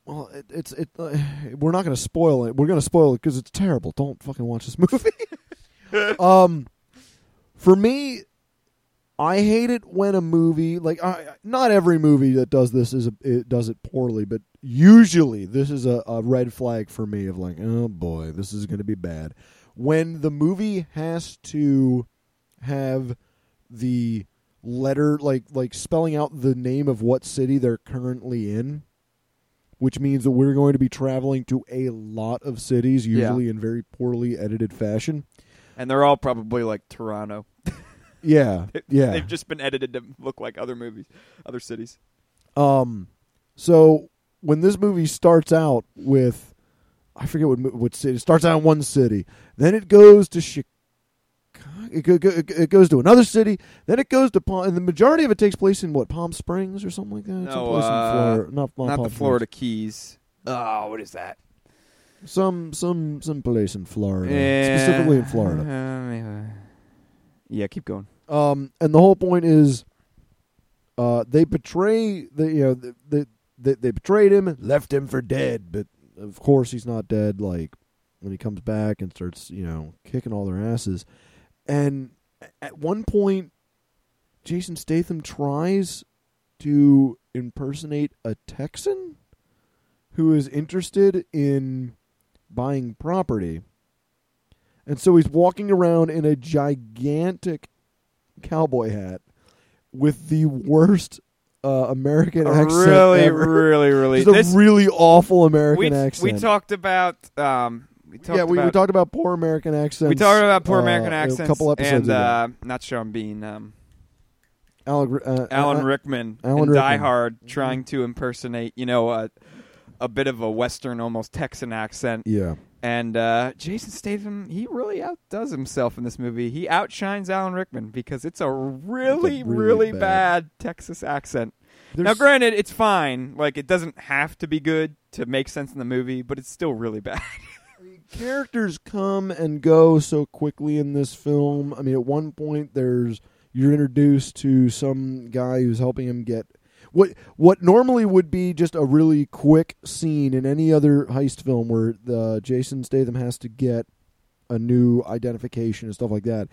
Speaker 2: well, it, it's it. Uh, we're not going to spoil it. We're going to spoil it because it's terrible. Don't fucking watch this movie. *laughs* um, for me, I hate it when a movie like I, not every movie that does this is a, it does it poorly, but usually this is a, a red flag for me of like, oh boy, this is going to be bad. When the movie has to have the letter like like spelling out the name of what city they're currently in, which means that we're going to be traveling to a lot of cities,
Speaker 1: Yeah.
Speaker 2: usually in very poorly edited fashion.
Speaker 1: and they're all probably like Toronto.
Speaker 2: Yeah, yeah.
Speaker 1: They've just been edited to look like other movies, other cities.
Speaker 2: Um, so when this movie starts out with, I forget what mo- what city it starts out in one city, then it goes to Chicago. It, go, go- it it goes to another city, then it goes to Palm. And the majority of it takes place in what Palm Springs or something like that.
Speaker 1: No,
Speaker 2: Someplace in
Speaker 1: uh,
Speaker 2: Florida. not, not
Speaker 1: Not
Speaker 2: Palm
Speaker 1: the Florida Keys. Oh, what is that?
Speaker 2: Springs. Some some some place in Florida, specifically in Florida.
Speaker 1: Um, yeah, keep going.
Speaker 2: Um, and the whole point is, uh, they betray the you know the, the, they they betrayed him, left him for dead, but of course he's not dead. Like when he comes back and starts you know kicking all their asses, and a- at one point, Jason Statham tries to impersonate a Texan who is interested in buying property. And so he's walking around in a gigantic cowboy hat with the worst uh, American accent
Speaker 1: really,
Speaker 2: ever.
Speaker 1: really, really.
Speaker 2: Just a
Speaker 1: This-
Speaker 2: really awful American
Speaker 1: we,
Speaker 2: accent.
Speaker 1: we talked about. Um, we talked
Speaker 2: yeah, we,
Speaker 1: about,
Speaker 2: we talked about poor American accents.
Speaker 1: we talked about poor American
Speaker 2: uh,
Speaker 1: accents.
Speaker 2: A couple episodes
Speaker 1: and
Speaker 2: ago.
Speaker 1: uh, not Sean Bean. Um,
Speaker 2: Alan, uh,
Speaker 1: Alan
Speaker 2: uh,
Speaker 1: Rickman
Speaker 2: Alan
Speaker 1: in Die
Speaker 2: Rickman. Mm-hmm.
Speaker 1: Hard trying to impersonate, you know, a, a bit of a Western, almost Texan accent.
Speaker 2: yeah.
Speaker 1: And uh, Jason Statham, he really outdoes himself in this movie. He outshines Alan Rickman because it's a really,
Speaker 2: really
Speaker 1: really, bad.
Speaker 2: bad-
Speaker 1: Texas accent. now,
Speaker 2: There's-
Speaker 1: granted, it's fine. Like, it doesn't have to be good to make sense in the movie, but it's still really bad.
Speaker 2: characters come and go so quickly in this film. I mean, at one point, there's you're introduced to some guy who's helping him get what what normally would be just a really quick scene in any other heist film where the Jason Statham has to get a new identification and stuff like that.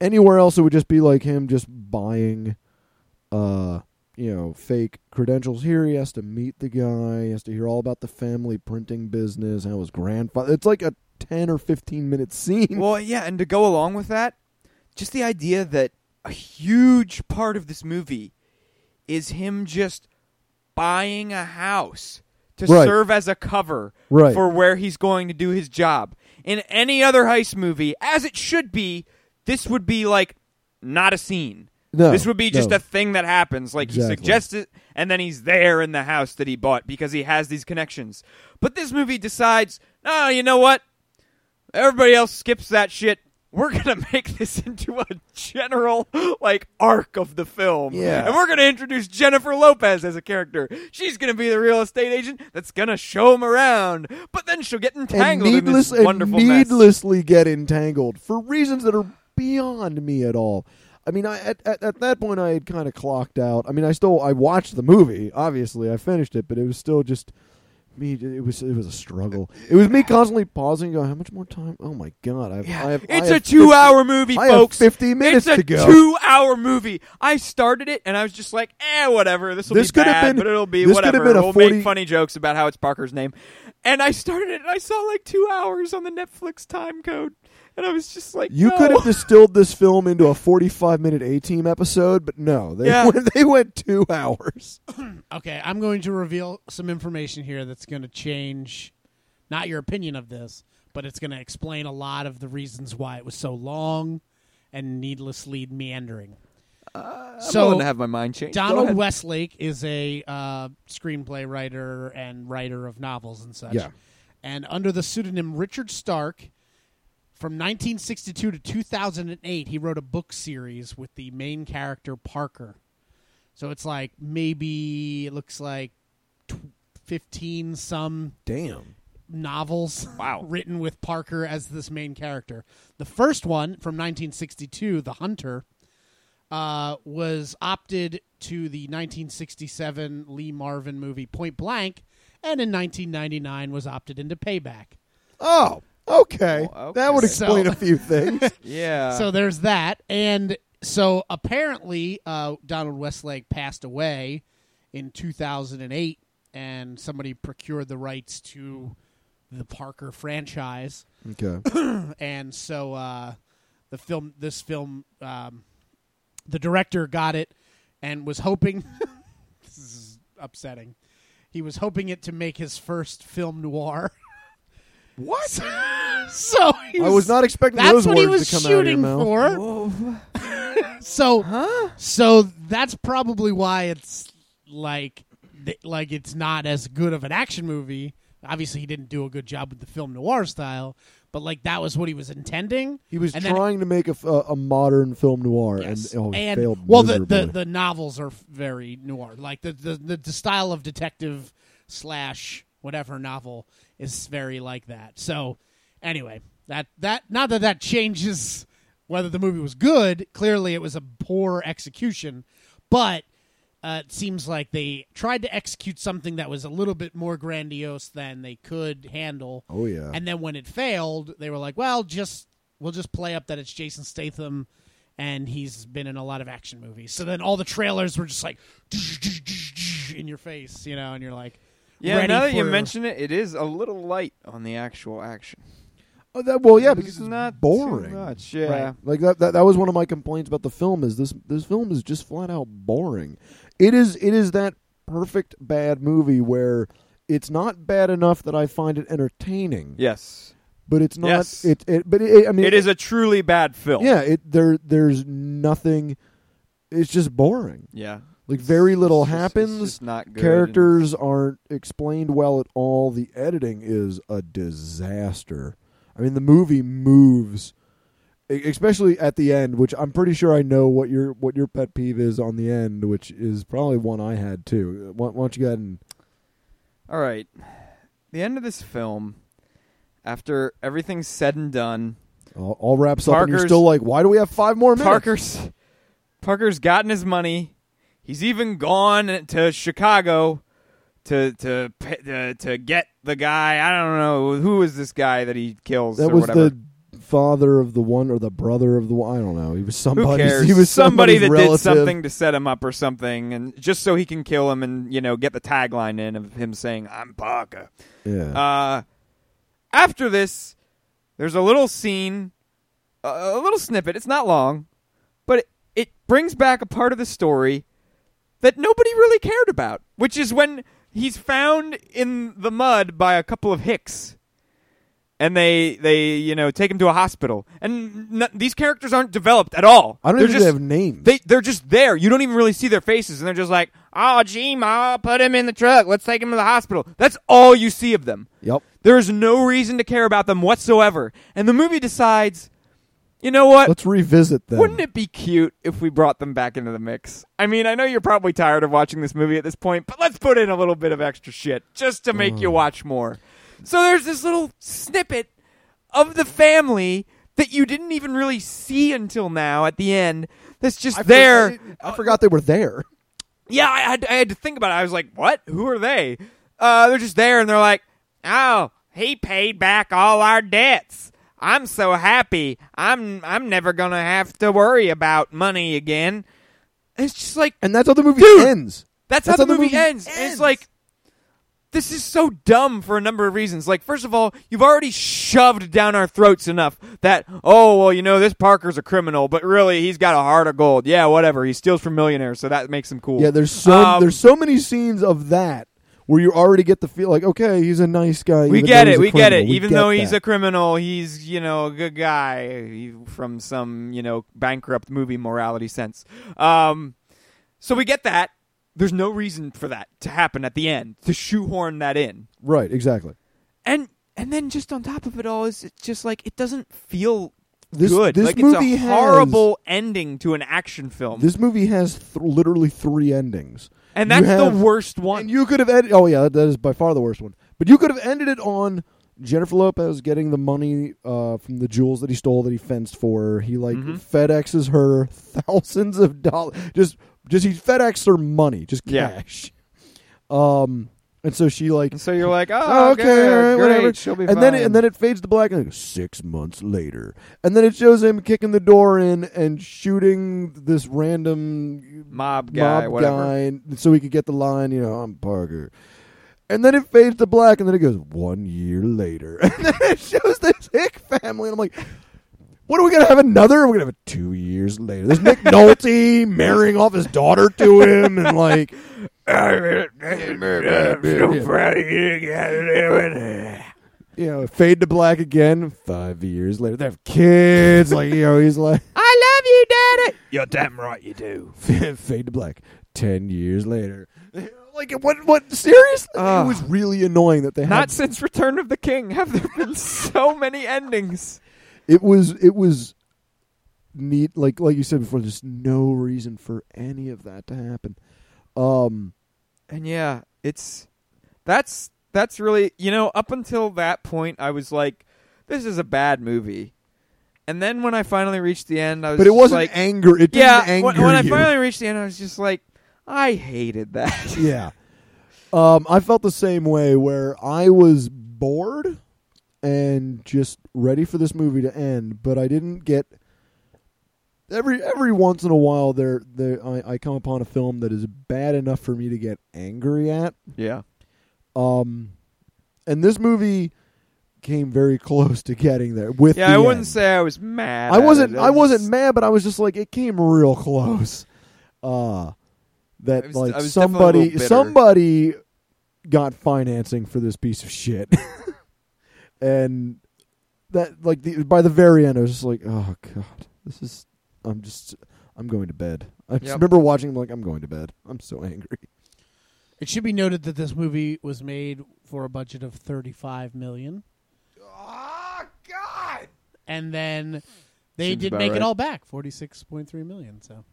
Speaker 2: Anywhere else, it would just be like him just buying, uh, you know, fake credentials. Here, he has to meet the guy. He has to hear all about the family printing business. How his grandfather. It's like a ten or fifteen minute scene.
Speaker 1: Well, yeah, and to go along with that, just the idea that a huge part of this movie is him just buying a house to
Speaker 2: Right.
Speaker 1: serve as a cover
Speaker 2: Right.
Speaker 1: for where he's going to do his job. In any other heist movie, as it should be, this would be like not a scene.
Speaker 2: No,
Speaker 1: this would be just
Speaker 2: no.
Speaker 1: a thing that happens. Like he
Speaker 2: Exactly.
Speaker 1: suggests it, and then he's there in the house that he bought because he has these connections. But this movie decides, oh, you know what? Everybody else skips that shit. We're *laughs* gonna make this into a general like arc of the film,
Speaker 2: Yeah.
Speaker 1: And we're gonna introduce Jennifer Lopez as a character. She's gonna be the real estate agent that's gonna show him around, but then she'll get
Speaker 2: and
Speaker 1: entangled
Speaker 2: needless
Speaker 1: in this
Speaker 2: and
Speaker 1: wonderful mess.
Speaker 2: needlessly get entangled for reasons that are beyond me at all. I mean, I at, at, at that point I had kind of clocked out. I mean, I still I watched the movie. Obviously, I finished it, but it was still just me. It was it was a struggle. It was me constantly pausing, going, "How much more time? Oh my god! I have,
Speaker 1: Yeah.
Speaker 2: I have, I
Speaker 1: it's a
Speaker 2: have 50
Speaker 1: two-hour movie,
Speaker 2: I have
Speaker 1: folks.
Speaker 2: 50 minutes
Speaker 1: it's
Speaker 2: to
Speaker 1: a
Speaker 2: go.
Speaker 1: two-hour movie. I started it and I was just like, eh, whatever. This will
Speaker 2: This
Speaker 1: be
Speaker 2: could have
Speaker 1: bad,
Speaker 2: been-
Speaker 1: but it'll be
Speaker 2: this could have
Speaker 1: whatever.
Speaker 2: been a
Speaker 1: we'll
Speaker 2: 40
Speaker 1: make funny jokes about how it's Parker's name. And I started it and I saw like two hours on the Netflix time code, and I was just like,
Speaker 2: You
Speaker 1: no.
Speaker 2: could have distilled this film into a forty-five minute A Team episode, but no, they
Speaker 1: Yeah.
Speaker 2: went, they went two hours.
Speaker 3: Okay, I'm going to reveal some information here that's going to change not your opinion of this, but it's going to explain a lot of the reasons why it was so long and needlessly meandering.
Speaker 1: Uh, I'm
Speaker 3: *laughs* So-
Speaker 1: willing to have my mind changed. Go
Speaker 3: Donald
Speaker 1: ahead.
Speaker 3: Westlake is a uh, screenplay writer and writer of novels and such.
Speaker 2: Yeah.
Speaker 3: And under the pseudonym Richard Stark, from 1962 to 2008, he wrote a book series with the main character Parker. So it's like maybe it looks like tw- 15 some
Speaker 2: Damn.
Speaker 3: novels
Speaker 1: Wow.
Speaker 3: *laughs* written with Parker as this main character. The first one from 1962, The Hunter, uh, was opted to the 1967 Lee Marvin movie Point Blank, and in 1999 was opted into Payback.
Speaker 2: Oh, okay.
Speaker 1: Oh, okay.
Speaker 2: That would explain
Speaker 3: So-
Speaker 2: a few things.
Speaker 1: Yeah.
Speaker 3: so there's that. And so apparently, uh, Donald Westlake passed away in 2008, and somebody procured the rights to the Parker franchise.
Speaker 2: *laughs* okay.
Speaker 3: and so uh, the film, this film, um, the director got it and was hoping. *laughs* this is upsetting. He was hoping it to make his first film noir. *laughs*
Speaker 2: What?
Speaker 3: so he
Speaker 2: I
Speaker 3: *laughs*
Speaker 2: was not expecting
Speaker 3: That's
Speaker 2: those
Speaker 3: what he
Speaker 2: words
Speaker 3: was
Speaker 2: to come out of your
Speaker 3: shooting
Speaker 2: mouth.
Speaker 3: for. *laughs* So, so that's probably why it's like, th- like it's not as good of an action movie. Obviously, he didn't do a good job with the film noir style, but like that was what he was intending.
Speaker 2: He was
Speaker 3: And then-
Speaker 2: trying to make a, f- a- a modern film noir,
Speaker 3: Yes.
Speaker 2: and oh, he failed
Speaker 3: well, the, the
Speaker 2: miserably.
Speaker 3: the novels are very noir. Like the the, the the style of detective slash whatever novel is very like that. So anyway, that that not that that changes whether the movie was good. Clearly, it was a poor execution, but. Uh, it seems like they tried to execute something that was a little bit more grandiose than they could handle.
Speaker 2: oh yeah.
Speaker 3: And then when it failed, they were like, "Well, just we'll just play up that it's Jason Statham, and he's been in a lot of action movies." So then all the trailers were just like in your face, you know, and you're like,
Speaker 1: yeah.
Speaker 3: ready
Speaker 1: Now that you
Speaker 3: for-
Speaker 1: mention it, it is a little light on the actual action.
Speaker 2: oh, that, well, yeah,
Speaker 1: It's
Speaker 2: because it's
Speaker 1: not too
Speaker 2: boring.
Speaker 1: much, Yeah.
Speaker 3: Right.
Speaker 2: Like that, that that was one of my complaints about the film is this this film is just flat out boring. It is it is that perfect bad movie where it's not bad enough that I find it entertaining,
Speaker 1: Yes.
Speaker 2: but it's not
Speaker 1: Yes.
Speaker 2: it, it but it, I mean
Speaker 1: It is a truly bad film.
Speaker 2: yeah, it there there's nothing it's just boring.
Speaker 1: Yeah.
Speaker 2: Like very little
Speaker 1: It's just- it's
Speaker 2: happens.
Speaker 1: just not good.
Speaker 2: Characters aren't explained well at all. The editing is a disaster. I mean, the movie moves, e- especially at the end, which I'm pretty sure I know what your what your pet peeve is on the end, which is probably one I had too. Why, why don't you go ahead and
Speaker 1: All right. The end of this film, after everything's said and done,
Speaker 2: all, uh, all wraps up? And you're
Speaker 1: Parker's-
Speaker 2: still like, why do we have five more minutes?
Speaker 1: Parker's Parker's gotten his money. He's even gone to Chicago to to p- to, to get the guy. I don't know who is this guy that he kills
Speaker 2: that
Speaker 1: or
Speaker 2: was
Speaker 1: whatever.
Speaker 2: the father of the one or the brother of the one. I don't know. He was somebody.
Speaker 1: who cares?
Speaker 2: *laughs* He was
Speaker 1: somebody
Speaker 2: somebody's
Speaker 1: that
Speaker 2: relative.
Speaker 1: did something to set him up or something, and just so he can kill him and you know get the tagline in of him saying "I'm Parker."
Speaker 2: Yeah.
Speaker 1: Uh, after this, there's a little scene, a, a little snippet. It's not long, but it, it brings back a part of the story that nobody really cared about, which is when he's found in the mud by a couple of hicks. And they, they, you know, take him to a hospital. And n- these characters aren't developed at all.
Speaker 2: I don't
Speaker 1: They're
Speaker 2: even think
Speaker 1: just,
Speaker 2: they have names.
Speaker 1: they they're just there. You don't even really see their faces, and they're just like, "Oh, gee, ma, put him in the truck. Let's take him to the hospital." That's all you see of them.
Speaker 2: yep.
Speaker 1: There is no reason to care about them whatsoever. And the movie decides, you know what?
Speaker 2: Let's revisit that.
Speaker 1: Wouldn't it be cute if we brought them back into the mix? I mean, I know you're probably tired of watching this movie at this point, but let's put in a little bit of extra shit just to make
Speaker 2: Mm.
Speaker 1: you watch more. So there's this little snippet of the family that you didn't even really see until now at the end that's just
Speaker 2: I forgot-
Speaker 1: there.
Speaker 2: I forgot they were there.
Speaker 1: Yeah, I had, I had to think about it. I was like, what? Who are they? Uh, they're just there, and they're like, oh, he paid back all our debts. I'm so happy. I'm I'm never gonna have to worry about money again. It's just like
Speaker 2: And that's how the movie
Speaker 1: Dude!
Speaker 2: ends.
Speaker 1: that's, how, the, movie, ends. And it's like this is so dumb for a number of reasons. Like, first of all, you've already shoved down our throats enough that oh well, you know this Parker's a criminal, but really he's got a heart of gold. Yeah, whatever. He steals from millionaires, so that makes him cool.
Speaker 2: Yeah, there's so
Speaker 1: Um,
Speaker 2: there's so many scenes of that where you already get the feel like, okay, he's a nice guy.
Speaker 1: We
Speaker 2: even
Speaker 1: get
Speaker 2: though he's
Speaker 1: it.
Speaker 2: a
Speaker 1: We get it.
Speaker 2: criminal. We
Speaker 1: Even
Speaker 2: get
Speaker 1: though he's
Speaker 2: that.
Speaker 1: a criminal, he's you know a good guy he, from some you know bankrupt movie morality sense. Um, so we get that. There's no reason for that to happen at the end to shoehorn that in,
Speaker 2: right, exactly.
Speaker 1: and and then just on top of it all is it's just like it doesn't feel
Speaker 2: This
Speaker 1: good.
Speaker 2: this
Speaker 1: like
Speaker 2: movie
Speaker 1: it's a
Speaker 2: has-
Speaker 1: horrible ending to an action film,
Speaker 2: This movie has th- literally three endings,
Speaker 1: and
Speaker 2: you
Speaker 1: that's
Speaker 2: have-
Speaker 1: the worst one.
Speaker 2: and you could have ended. Oh yeah, that- that is by far the worst one. But you could have ended it on Jennifer Lopez getting the money uh, from the jewels that he stole that he fenced for. her. He like
Speaker 1: Mhm.
Speaker 2: FedExes her *laughs* thousands of dollars. Just just he FedEx her money, just
Speaker 1: Yeah.
Speaker 2: cash. Um, and so she like
Speaker 1: and so you're like, oh,
Speaker 2: Oh, okay,
Speaker 1: good,
Speaker 2: all right,
Speaker 1: great,
Speaker 2: whatever.
Speaker 1: she'll be
Speaker 2: and
Speaker 1: fine.
Speaker 2: then and then it fades to black and like, six months later and then it shows him kicking the door in and shooting this random
Speaker 1: mob guy,
Speaker 2: mob
Speaker 1: whatever.
Speaker 2: guy and- so he could get the line you know i'm parker and then it fades to black and then it goes one year later *laughs* and then it shows this hick family and i'm like what are we gonna have another? We're gonna have it two years later.
Speaker 1: *laughs*
Speaker 2: This Nick Nolte marrying off his daughter to him,
Speaker 1: *laughs*
Speaker 2: and like, Yeah. *laughs* you know, fade to black again. Five years later, they have kids. like, you know, he's like,
Speaker 1: *laughs* I love you, Daddy.
Speaker 2: *laughs* fade to black. Ten years later, *laughs* like, what? What? Seriously,
Speaker 1: Ah.
Speaker 2: it was really annoying that they
Speaker 1: Not
Speaker 2: had.
Speaker 1: since Return of the King have there
Speaker 2: *laughs*
Speaker 1: been so many endings.
Speaker 2: It was. It was neat. Like, like you said before, there's no reason for any of that to happen. Um,
Speaker 1: And yeah, it's that's that's really you know up until that point I was like, this is a bad movie. And then when I finally reached the end, I was
Speaker 2: but it
Speaker 1: just
Speaker 2: wasn't
Speaker 1: like,
Speaker 2: anger. It didn't
Speaker 1: yeah.
Speaker 2: anger
Speaker 1: when when I
Speaker 2: you.
Speaker 1: finally reached the end, I was just like, I hated that.
Speaker 2: yeah. Um, I felt the same way where I was bored and just ready for this movie to end, but I didn't get every every once in a while there there I, I come upon a film that is bad enough for me to get angry at.
Speaker 1: *laughs* yeah.
Speaker 2: Um, and this movie came very *laughs* close to getting there with
Speaker 1: Yeah,
Speaker 2: the
Speaker 1: I wouldn't
Speaker 2: end.
Speaker 1: say I was mad.
Speaker 2: I
Speaker 1: at
Speaker 2: wasn't
Speaker 1: it.
Speaker 2: I wasn't
Speaker 1: just-
Speaker 2: mad, but I was just like it came real close. Uh that
Speaker 1: I was-
Speaker 2: like
Speaker 1: I was definitely a little
Speaker 2: somebody
Speaker 1: bitter.
Speaker 2: somebody got financing for this piece of shit. *laughs* and that like the, by the very end I was just like, "Oh god. This is I'm just I'm going to bed." I just
Speaker 1: Yep.
Speaker 2: remember watching like I'm going to bed. I'm so
Speaker 1: *laughs*
Speaker 2: angry.
Speaker 3: It should be noted that this movie was made for a budget of thirty-five million,
Speaker 2: Oh
Speaker 1: Ah,
Speaker 2: god.
Speaker 3: and then they
Speaker 1: Seems
Speaker 3: did
Speaker 1: about
Speaker 3: make
Speaker 1: right.
Speaker 3: it all back forty-six point three million. So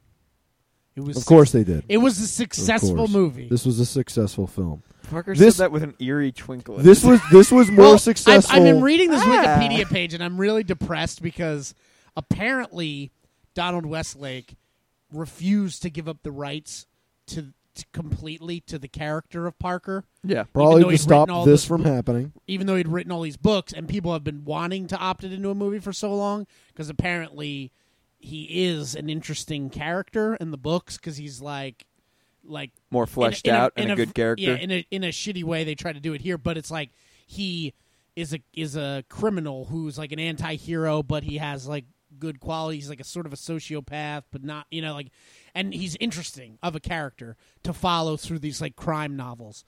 Speaker 3: it was
Speaker 2: Of course they did.
Speaker 3: it was a successful
Speaker 2: course.
Speaker 3: movie.
Speaker 2: This was a successful film.
Speaker 1: Parker
Speaker 2: This-
Speaker 1: said that with an eerie twinkle. in
Speaker 2: This was this was more
Speaker 3: Well, I've-
Speaker 2: successful.
Speaker 3: I've, been reading this
Speaker 1: Ah.
Speaker 3: Wikipedia page, and I'm really depressed because apparently Donald Westlake refused to give up the rights to, to completely to the character of Parker,
Speaker 1: it. Yeah.
Speaker 3: though
Speaker 2: probably to
Speaker 3: he'd
Speaker 2: stop
Speaker 3: written all
Speaker 2: this
Speaker 3: the-
Speaker 2: from happening.
Speaker 3: even though he'd written all these books, and people have been wanting to opt it into a movie for so long because apparently he is an interesting character in the books because he's like like
Speaker 1: More fleshed
Speaker 3: in a- in a-
Speaker 1: out
Speaker 3: in
Speaker 1: and a, good character.
Speaker 3: Yeah, in a in a shitty way they try to do it here, but it's like he is a is a criminal who's like an anti-hero, but he has like good qualities, like a sort of a sociopath, but not you know like, and he's interesting of a character to follow through these like crime novels.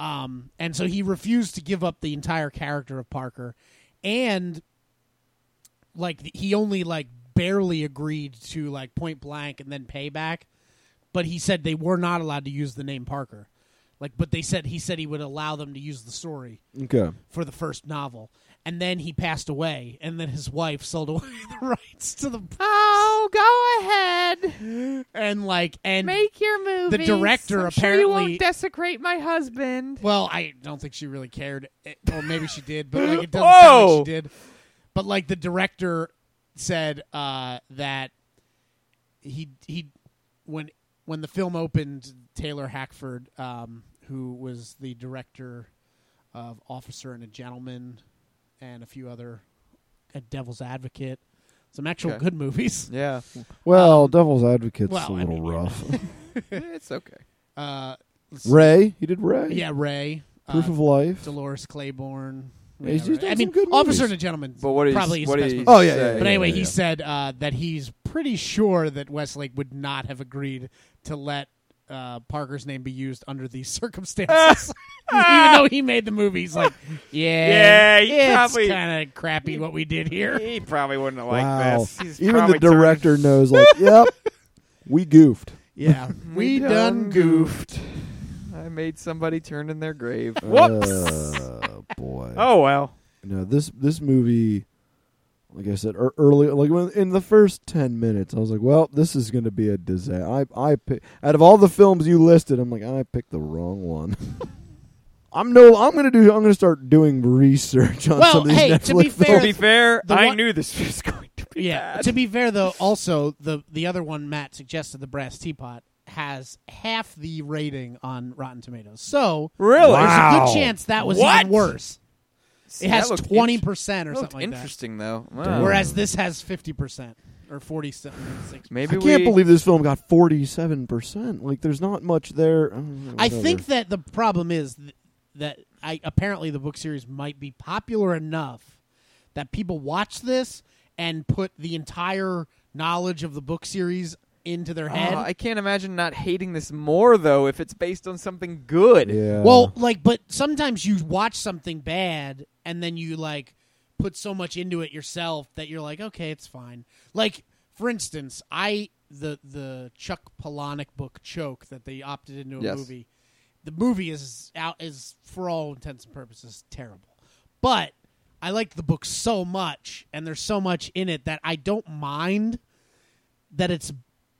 Speaker 3: Um, and so he refused to give up the entire character of Parker, and like th- he only like barely agreed to like point blank and then payback but he said they were not allowed to use the name parker like but they said he said he would allow them to use the story
Speaker 2: Okay.
Speaker 3: for the first novel and then he passed away and then his wife sold away *laughs* the rights to the
Speaker 4: Oh, go ahead.
Speaker 3: and like and
Speaker 4: Make your movie.
Speaker 3: director
Speaker 4: I'm sure you
Speaker 3: apparently-
Speaker 4: won't desecrate my husband.
Speaker 3: well i don't think she really cared Eh, or maybe she did but like
Speaker 2: *laughs*
Speaker 3: it doesn't sound
Speaker 1: Whoa!
Speaker 3: like she did but like the director said uh that he he when when the film opened, Taylor Hackford, um, who was the director of Officer and a Gentleman, and a few other a Devil's Advocate, some actual
Speaker 1: Okay.
Speaker 3: good movies. *laughs*
Speaker 1: yeah.
Speaker 2: Well, Devil's Advocate's
Speaker 3: Um, well,
Speaker 2: a
Speaker 3: I
Speaker 2: little
Speaker 3: mean, *laughs*
Speaker 2: rough.
Speaker 1: it's okay.
Speaker 3: Uh, let's see.
Speaker 2: Ray, he did Ray.
Speaker 3: yeah, Ray,
Speaker 2: Proof
Speaker 3: uh,
Speaker 2: of Life.
Speaker 3: Dolores Claiborne.
Speaker 2: Yeah, he's
Speaker 3: Yeah,
Speaker 2: done
Speaker 3: I
Speaker 2: some
Speaker 3: mean,
Speaker 2: good movies.
Speaker 3: Officer and a Gentleman.
Speaker 1: But what do you-
Speaker 3: probably his
Speaker 1: what do
Speaker 3: best
Speaker 1: you
Speaker 3: movie.
Speaker 2: Oh, yeah, yeah,
Speaker 1: say?
Speaker 2: yeah,
Speaker 3: But anyway,
Speaker 2: yeah.
Speaker 3: he said uh, that he's pretty sure that Westlake would not have agreed to let uh, Parker's name be used under these *laughs* circumstances. how he made the movies. Like,
Speaker 1: Yeah,
Speaker 3: yeah,
Speaker 1: he
Speaker 3: it's
Speaker 1: probably-
Speaker 3: kind of crappy what we did
Speaker 1: *laughs*
Speaker 3: here.
Speaker 1: He probably wouldn't have
Speaker 2: wow.
Speaker 1: liked this. He's
Speaker 2: Even
Speaker 1: probably
Speaker 2: the director
Speaker 1: turned- *laughs*
Speaker 2: knows, like, yep, we goofed.
Speaker 3: Yeah, we done goofed.
Speaker 1: I made somebody turn in their *laughs* grave.
Speaker 2: Whoops. Uh, boy.
Speaker 1: oh well.
Speaker 2: No, this this movie, like I said ear earlier, like when, in the first ten minutes, I was like, "Well, this is going to be a disaster." I I pick, out of all the films you listed, I'm like, I picked the wrong one. *laughs* I'm no, I'm gonna do. I'm gonna start doing research on
Speaker 3: Well,
Speaker 2: some of these
Speaker 3: hey,
Speaker 2: Netflix
Speaker 3: to be fair-
Speaker 1: To
Speaker 2: films.
Speaker 1: be fair,
Speaker 3: the
Speaker 1: I
Speaker 3: one-
Speaker 1: knew this was *laughs* going to be
Speaker 3: Yeah.
Speaker 1: bad.
Speaker 3: To be fair, though, also the the other one Matt suggested, the Brass Teapot, has half the rating on Rotten Tomatoes. So
Speaker 1: Really?
Speaker 3: there's
Speaker 2: Wow.
Speaker 3: a good chance that was
Speaker 1: What?
Speaker 3: even worse.
Speaker 1: See,
Speaker 3: It
Speaker 1: that
Speaker 3: has
Speaker 1: looked
Speaker 3: twenty
Speaker 1: int-
Speaker 3: percent or
Speaker 1: looked
Speaker 3: something like that.
Speaker 1: interesting though. Wow.
Speaker 2: Damn.
Speaker 3: Whereas this has fifty percent or forty something. six-
Speaker 2: I
Speaker 1: maybe
Speaker 2: can't
Speaker 1: we-
Speaker 2: believe this film got 47. percent Like, there's not much there.
Speaker 3: I think that the problem is th- that I apparently the book series might be popular enough that people watch this and put the entire knowledge of the book series into their
Speaker 1: Oh,
Speaker 3: head.
Speaker 1: I can't imagine not hating this more though if it's based on something good.
Speaker 2: Yeah.
Speaker 3: Well, like, but sometimes you watch something bad and then you like put so much into it yourself that you're like, okay, it's fine. Like, for instance, I the the Chuck Palahniuk book Choke that they opted into a
Speaker 1: Yes.
Speaker 3: movie. The movie is out is for all intents and purposes terrible, but I liked the book so much and there's so much in it that I don't mind that it's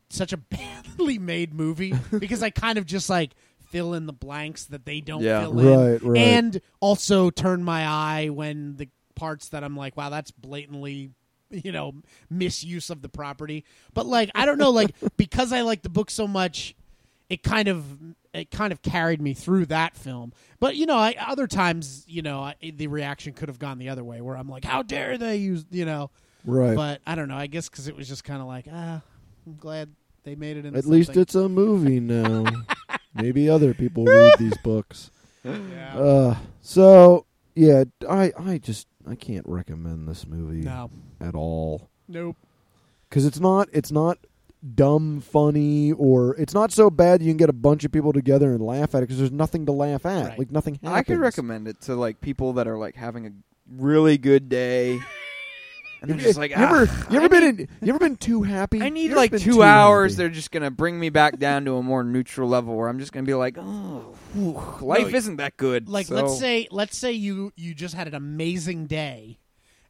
Speaker 3: such a badly
Speaker 2: *laughs*
Speaker 3: made movie because I kind of just like fill in the blanks that they don't
Speaker 1: Yeah.
Speaker 3: fill in.
Speaker 2: Right, right.
Speaker 3: And also turn my eye when the parts that I'm like, wow, that's blatantly you know misuse of the property but like i don't know like because i like the book so much it kind of it kind of carried me through that film but you know I, other times you know I, the reaction could have gone the other way where i'm like how dare they use you know
Speaker 2: Right.
Speaker 3: but I don't know. I guess because it was just kind of like, ah, I'm glad they made it. Into
Speaker 2: At least
Speaker 3: something.
Speaker 2: it's a movie now.
Speaker 3: *laughs*
Speaker 2: Maybe other people read these books. Uh, so yeah, I I just I can't recommend this movie
Speaker 3: no,
Speaker 2: at all
Speaker 3: nope.
Speaker 2: because it's not it's not dumb funny or it's not so bad you can get a bunch of people together and laugh at it because there's nothing to laugh at
Speaker 3: Right.
Speaker 2: like nothing happens.
Speaker 1: I could recommend it to like people that are like having a really good day. And they're just like,
Speaker 2: you ever
Speaker 1: "Ah,
Speaker 2: you
Speaker 1: I
Speaker 2: ever been in, you ever been too happy?
Speaker 1: I need
Speaker 2: You've
Speaker 1: like
Speaker 2: been
Speaker 1: two
Speaker 2: too
Speaker 1: hours.
Speaker 2: happy.
Speaker 1: They're just gonna bring me back down to a more neutral level where I'm just gonna be like, oh, whew, life
Speaker 3: No,
Speaker 1: isn't that good.
Speaker 3: Like
Speaker 1: so-
Speaker 3: let's say let's say you you just had an amazing day,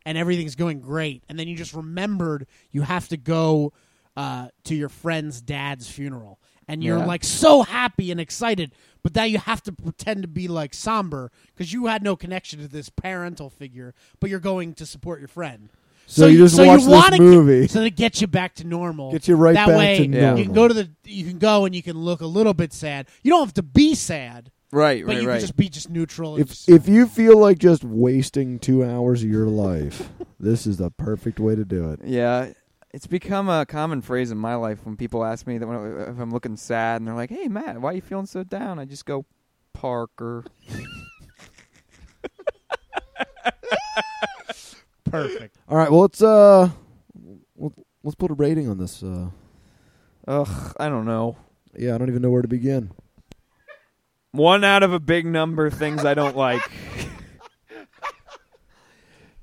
Speaker 3: and everything's going great, and then you just remembered you have to go uh, to your friend's dad's funeral, and you're
Speaker 1: Yeah.
Speaker 3: like so happy and excited, but now you have to pretend to be like somber because you had no connection to this parental figure, but you're going to support your friend.
Speaker 2: So you just watch this
Speaker 3: wanna get-
Speaker 2: movie. *laughs*
Speaker 3: so that it gets you back to normal.
Speaker 2: Gets you right
Speaker 3: that
Speaker 2: back
Speaker 3: way,
Speaker 2: to
Speaker 1: normal.
Speaker 3: You can go to the, you can go and you can look a little bit sad. You don't have to be sad,
Speaker 1: right,
Speaker 3: but
Speaker 1: right,
Speaker 3: you
Speaker 1: right.
Speaker 3: can just be just neutral. and
Speaker 2: If
Speaker 3: just-
Speaker 2: if you feel like just wasting two hours of your life, *laughs* this is the perfect way to do it.
Speaker 1: yeah, it's become a common phrase in my life when people ask me that when I- if I'm looking sad and they're like, "Hey, Matt, why are you feeling so down?" I just go, "Parker."
Speaker 3: perfect.
Speaker 2: All right, well let's uh, let- let's put a rating on this. Uh,
Speaker 1: Ugh, I don't know.
Speaker 2: yeah, I don't even know where to begin.
Speaker 1: One out of a big number things I don't like.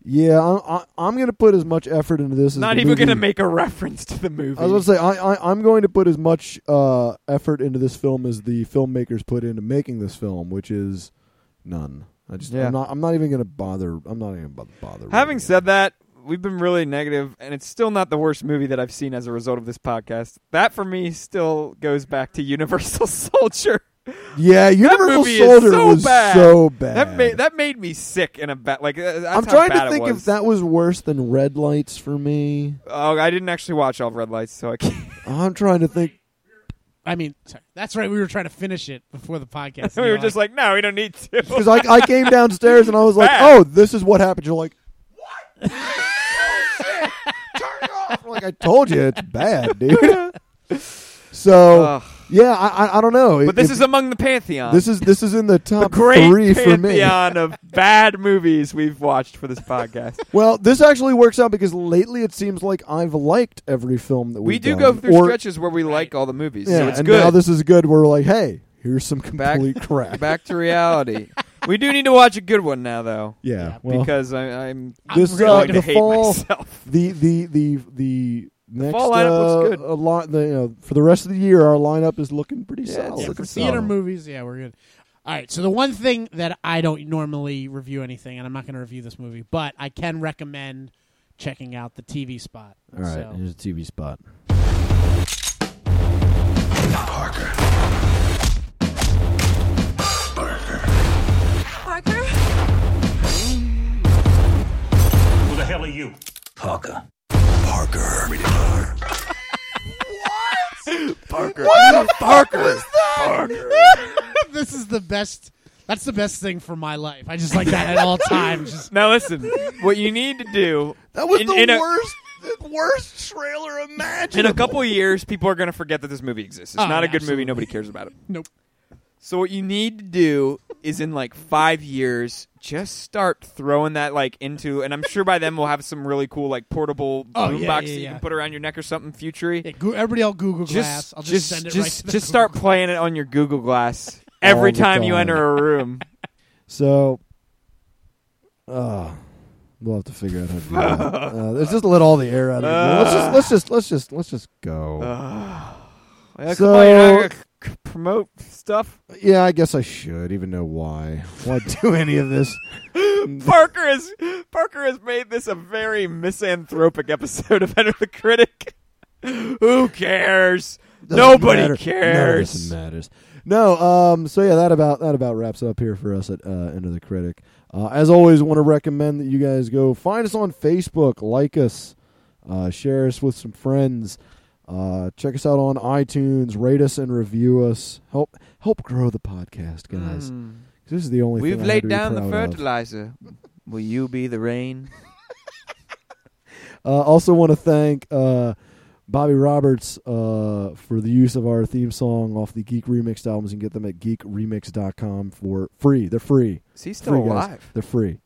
Speaker 2: Yeah, I, I, I'm going to put as much effort into this. as
Speaker 1: Not
Speaker 2: the
Speaker 1: even
Speaker 2: movie-
Speaker 1: gonna make a reference to the movie.
Speaker 2: I was going to say I, I I'm going to put as much uh effort into this film as the filmmakers put into making this film, which is none. I just
Speaker 1: Yeah.
Speaker 2: I'm not I'm not even going to bother. I'm not even going to bother. rating
Speaker 1: Having
Speaker 2: it.
Speaker 1: said that, we've been really negative, and it's still not the worst movie that I've seen as a result of this podcast. That for me still goes back to *laughs* Universal Soldier.
Speaker 2: yeah, Universal
Speaker 1: movie is
Speaker 2: Soldier
Speaker 1: so
Speaker 2: was
Speaker 1: bad.
Speaker 2: so bad.
Speaker 1: That made that made me sick in a bad like. uh, That's
Speaker 2: I'm
Speaker 1: how
Speaker 2: trying
Speaker 1: bad
Speaker 2: to
Speaker 1: it
Speaker 2: think
Speaker 1: was.
Speaker 2: if that was worse than Red Lights for me.
Speaker 1: Oh, I didn't actually watch all of Red Lights, so I can't. *laughs*
Speaker 2: I'm trying to think.
Speaker 3: I mean, sorry. that's right. We were trying to finish it before the
Speaker 1: *laughs*
Speaker 3: podcast.
Speaker 1: we
Speaker 3: and
Speaker 1: were
Speaker 3: you're
Speaker 1: just like, no, we don't need to. *laughs*
Speaker 2: Because I, I came downstairs and I was like,
Speaker 1: Bad.
Speaker 2: oh, this is what happened. You're like,
Speaker 1: *laughs* Oh,
Speaker 2: what? Turn it off. I'm like, I told you it's bad, dude. *laughs* So,
Speaker 1: Ugh.
Speaker 2: yeah, I, I, I don't know.
Speaker 1: But this is among the pantheon.
Speaker 2: this is this is in the top
Speaker 1: great
Speaker 2: three for me.
Speaker 1: pantheon of *laughs* bad movies we've watched for this
Speaker 2: *laughs*
Speaker 1: podcast.
Speaker 2: Well, this actually works out because lately it seems like I've liked every film that
Speaker 1: we
Speaker 2: we've
Speaker 1: do
Speaker 2: done.
Speaker 1: go through
Speaker 2: Or-
Speaker 1: stretches where we like all the movies,
Speaker 2: Yeah,
Speaker 1: so it's
Speaker 2: and
Speaker 1: good.
Speaker 2: now this is good. We're like, hey, here's some
Speaker 1: back,
Speaker 2: complete crap.
Speaker 1: back to reality. we do need to watch a good one now, though,
Speaker 2: Yeah,
Speaker 3: Yeah,
Speaker 2: well,
Speaker 1: because I, I'm
Speaker 3: I'm
Speaker 2: This,
Speaker 3: really
Speaker 2: uh,
Speaker 1: going
Speaker 3: gonna-
Speaker 1: to
Speaker 2: the
Speaker 1: hate
Speaker 2: fall-
Speaker 1: myself. *laughs*
Speaker 2: the the the the next
Speaker 1: fall lineup looks
Speaker 2: uh,
Speaker 1: good.
Speaker 2: A lot, the, you know, for the rest of the year, our lineup is looking pretty
Speaker 1: Yeah, it's
Speaker 2: solid.
Speaker 1: looking
Speaker 2: So-
Speaker 3: theater movies. Yeah, we're good. All right. So the one thing that I don't normally review anything, and I'm not going to review this movie, but I can recommend checking out the TV spot.
Speaker 2: All right,
Speaker 3: So,
Speaker 2: here's a TV spot.
Speaker 5: Parker?
Speaker 6: Who the hell are you?
Speaker 1: Parker, Parker, Parker.
Speaker 3: *laughs* this is the best. That's the best thing for my life. I just like that at
Speaker 1: *laughs*
Speaker 3: all times. Just
Speaker 1: Now listen, what you need to do
Speaker 2: *laughs* That was
Speaker 1: In-
Speaker 2: the
Speaker 1: in a-
Speaker 2: worst, the worst trailer imaginable.
Speaker 1: in a couple of years, people are going to forget that this movie exists. It's
Speaker 3: Oh,
Speaker 1: not a
Speaker 3: yeah,
Speaker 1: good
Speaker 3: absolutely.
Speaker 1: movie. Nobody cares about it.
Speaker 3: *laughs* nope.
Speaker 1: So what you need to do is in like five years, just start throwing that like into, and I'm sure by then we'll have some really cool like portable
Speaker 3: Oh,
Speaker 1: boombox
Speaker 3: yeah,
Speaker 1: that
Speaker 3: yeah,
Speaker 1: you
Speaker 3: yeah.
Speaker 1: can put around your neck or something. Futury.
Speaker 3: Yeah, Goo- everybody, all Google
Speaker 1: just
Speaker 3: Glass. I'll just,
Speaker 1: just
Speaker 3: send it
Speaker 1: just,
Speaker 3: right to the
Speaker 1: just
Speaker 3: Google
Speaker 1: start playing it on your Google Glass
Speaker 2: All
Speaker 1: every
Speaker 2: the
Speaker 1: time you
Speaker 2: time.
Speaker 1: enter a
Speaker 2: *laughs*
Speaker 1: room.
Speaker 2: So, uh, we'll have to figure out how to do
Speaker 1: *laughs*
Speaker 2: that. Uh, let's just let all the air out of it. Well, let's just let's just let's just let's just go.
Speaker 1: Uh. Yeah,
Speaker 2: So-
Speaker 1: come on, you're not gonna c- c- promote stuff.
Speaker 2: yeah, I guess I should even know why. Why do any of this?
Speaker 1: *laughs*
Speaker 3: Mm.
Speaker 1: Parker has Parker has made this a very misanthropic episode of Enter the Critic. Who cares?
Speaker 2: Doesn't
Speaker 1: Nobody
Speaker 2: matter. None of
Speaker 1: cares.
Speaker 2: this matters. No. Um. So yeah, that about that about wraps it up here for us at uh, End of the Critic. Uh, as always, want to recommend that you guys go find us on Facebook, like us, uh, share us with some friends, uh, check us out on iTunes, rate us and review us. Help help grow the podcast, guys.
Speaker 1: Mm.
Speaker 2: This is the only
Speaker 1: We've
Speaker 2: thing I had to
Speaker 1: laid
Speaker 2: be
Speaker 1: down the
Speaker 2: proud of.
Speaker 1: fertilizer. Will you be the rain?
Speaker 2: Uh, also, want to thank uh, Bobby Roberts uh, for the use of our theme song off the Geek Remixed albums. You can get them at geekremix.com for free. They're free.
Speaker 1: Is he still
Speaker 2: Free guys.
Speaker 1: alive?
Speaker 2: They're free.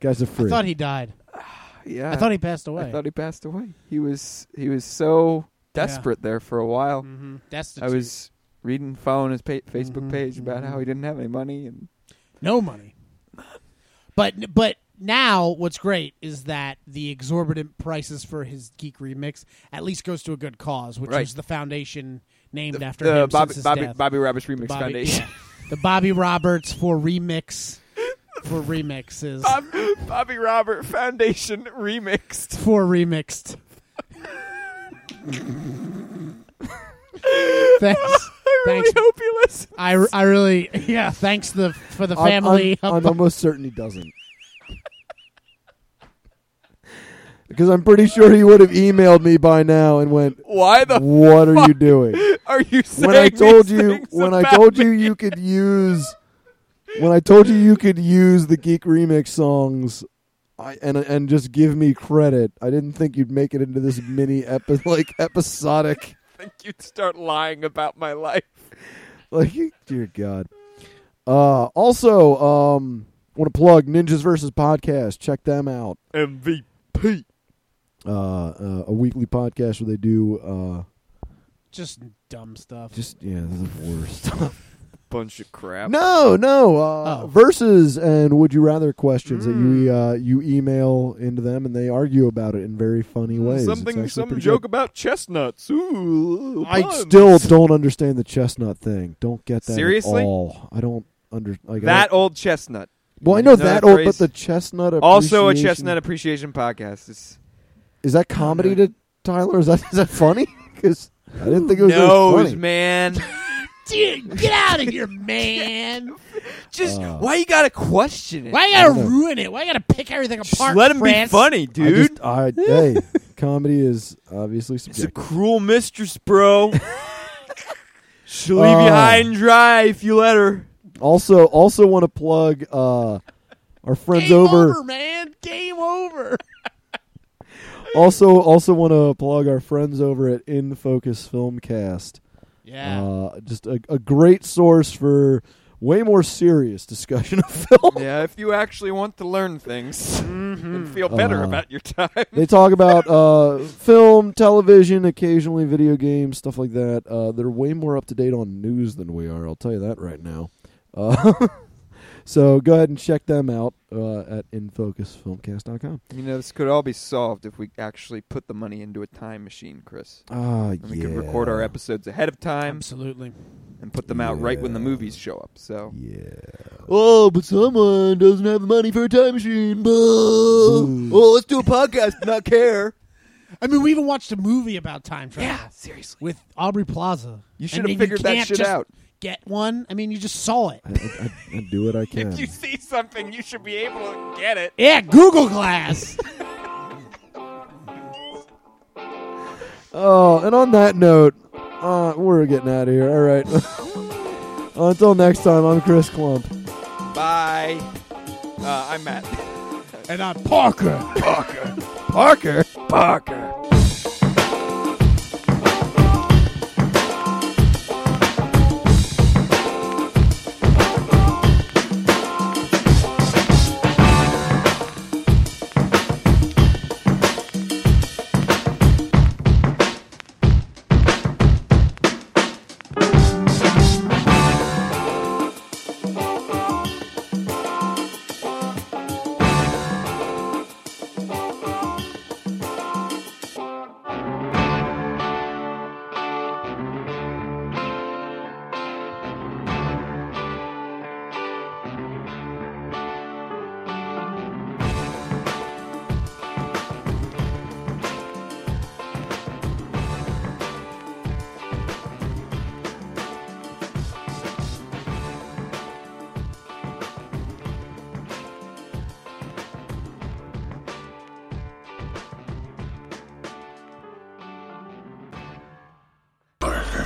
Speaker 2: Guys are
Speaker 3: I
Speaker 2: free.
Speaker 3: thought he died.
Speaker 1: Yeah.
Speaker 3: I thought he passed away.
Speaker 1: Uh, I thought he passed away. He was he was so desperate there for a while.
Speaker 3: mm-hmm. Destitute.
Speaker 1: I was reading, following his pa- Facebook
Speaker 3: Mhm,
Speaker 1: page about
Speaker 3: mhm.
Speaker 1: how he didn't have any money, and
Speaker 3: No money. But but now what's great is that the exorbitant prices for his geek remix at least goes to a good cause, which
Speaker 1: Right.
Speaker 3: is the foundation named after
Speaker 1: the uh,
Speaker 3: him
Speaker 1: Bobby
Speaker 3: since his
Speaker 1: Bobby,
Speaker 3: death.
Speaker 1: Bobby Roberts Remix
Speaker 3: Bobby-
Speaker 1: Foundation.
Speaker 3: yeah. *laughs* the Bobby Roberts for remix for remixes
Speaker 1: Bob- Bobby Robert Foundation remixed. *laughs*
Speaker 3: for remixed. thanks.
Speaker 1: I really
Speaker 3: Thanks.
Speaker 1: hope you listen.
Speaker 3: I, I really yeah. Thanks the for the
Speaker 2: I'm- I'm-
Speaker 3: family.
Speaker 2: I'm,
Speaker 3: of *laughs*
Speaker 2: almost certain he doesn't. *laughs* Because I'm pretty sure he would have emailed me by now and went,
Speaker 1: Why the
Speaker 2: "What are you
Speaker 1: fuck
Speaker 2: doing?"
Speaker 1: are you saying
Speaker 2: when I told
Speaker 1: these
Speaker 2: you
Speaker 1: things
Speaker 2: when I
Speaker 1: about
Speaker 2: told
Speaker 1: me?
Speaker 2: you you could use when I told you you could use the geek remix songs I, and and just give me credit. I didn't think you'd make it into this mini epi- *laughs* like episodic
Speaker 1: I think you'd start lying about my life.
Speaker 2: like dear god. Uh also um want to plug Ninjas versus podcast. Check them out.
Speaker 1: MVP.
Speaker 2: Uh, uh a weekly podcast where they do uh
Speaker 3: just dumb stuff.
Speaker 2: just yeah, the worst.
Speaker 1: Bunch of crap.
Speaker 2: No, no. Uh,
Speaker 3: Oh.
Speaker 2: Verses and would you rather questions that you
Speaker 1: Mm.
Speaker 2: uh, you email into them and they argue about it in very funny ways. It's
Speaker 1: Mm, Something,
Speaker 2: actually
Speaker 1: some
Speaker 2: pretty
Speaker 1: joke
Speaker 2: good.
Speaker 1: about chestnuts. Ooh,
Speaker 2: I
Speaker 1: puns.
Speaker 2: still don't understand the chestnut thing. Don't get that at
Speaker 1: Seriously?
Speaker 2: all. I don't under like I
Speaker 1: that
Speaker 2: don't-
Speaker 1: old chestnut.
Speaker 2: well, I know
Speaker 1: another
Speaker 2: that, old, but
Speaker 1: phrase.
Speaker 2: the chestnut
Speaker 1: Also a
Speaker 2: appreciation-
Speaker 1: chestnut appreciation podcast. It's
Speaker 2: Is that comedy to Tyler? Is that is that funny? *laughs* Because I didn't think it was really
Speaker 1: nose,
Speaker 2: funny.
Speaker 1: man.
Speaker 3: *laughs*
Speaker 2: *laughs*
Speaker 3: Dude, get out of
Speaker 1: *laughs*
Speaker 3: here, man!
Speaker 1: Just
Speaker 2: Uh,
Speaker 1: why you gotta question it?
Speaker 3: Why you gotta
Speaker 2: I don't know.
Speaker 3: ruin it? Why you gotta pick everything
Speaker 1: Just
Speaker 3: apart?
Speaker 1: let him
Speaker 3: France?
Speaker 1: be funny,
Speaker 2: I
Speaker 1: dude.
Speaker 2: just- I-
Speaker 1: *laughs*
Speaker 2: hey, comedy is obviously
Speaker 1: it's
Speaker 2: subjective.
Speaker 1: a cruel mistress, *laughs* bro. She'll leave
Speaker 2: Uh.
Speaker 1: you high and dry if you let her.
Speaker 2: Also, also want to plug uh, our friends
Speaker 3: Game
Speaker 2: over.
Speaker 3: over. man. Game over. *laughs*
Speaker 2: Also, also want to plug our friends over at In Focus Filmcast.
Speaker 3: Yeah.
Speaker 2: Uh, just a, a great source for way more serious discussion *laughs* of film.
Speaker 1: Yeah, if you actually want to learn things
Speaker 3: Mm-hmm.
Speaker 1: and feel better
Speaker 2: Uh.
Speaker 1: about your time.
Speaker 2: They talk about uh, film, television, occasionally video games, stuff like that. Uh, *laughs* they're way more up to date on news than we are. I'll tell you that right now. Uh, So go ahead and check them out uh, at infocusfilmcast.com.
Speaker 1: *laughs* You know, this could all be solved if we actually put the money into a time machine, Chris.
Speaker 2: Ah,
Speaker 1: And we could record our episodes ahead of time
Speaker 3: Absolutely.
Speaker 1: and put them out right when the movies show up. So
Speaker 2: Yeah.
Speaker 1: Oh, but someone doesn't have the money for a time machine.
Speaker 2: Oh,
Speaker 1: let's *laughs* do a podcast, not care.
Speaker 3: I mean, we even watched a movie about time travel
Speaker 1: Yeah, seriously.
Speaker 3: with Aubrey Plaza.
Speaker 1: You
Speaker 3: I
Speaker 1: should have
Speaker 3: mean,
Speaker 1: figured that
Speaker 3: can't
Speaker 1: shit
Speaker 3: just
Speaker 1: out.
Speaker 3: Get one. I mean, you just saw it.
Speaker 2: I, *laughs* I, I do what I can.
Speaker 1: see something, you should be able to get it.
Speaker 3: Yeah,
Speaker 1: *laughs*
Speaker 3: Google Glass.
Speaker 2: Oh, and on that note, uh, we're getting out of here. All right. *laughs* Until next time, I'm Chris Klump.
Speaker 1: Bye. Uh, I'm Matt.
Speaker 3: and on Parker.
Speaker 1: Parker. Parker. Parker.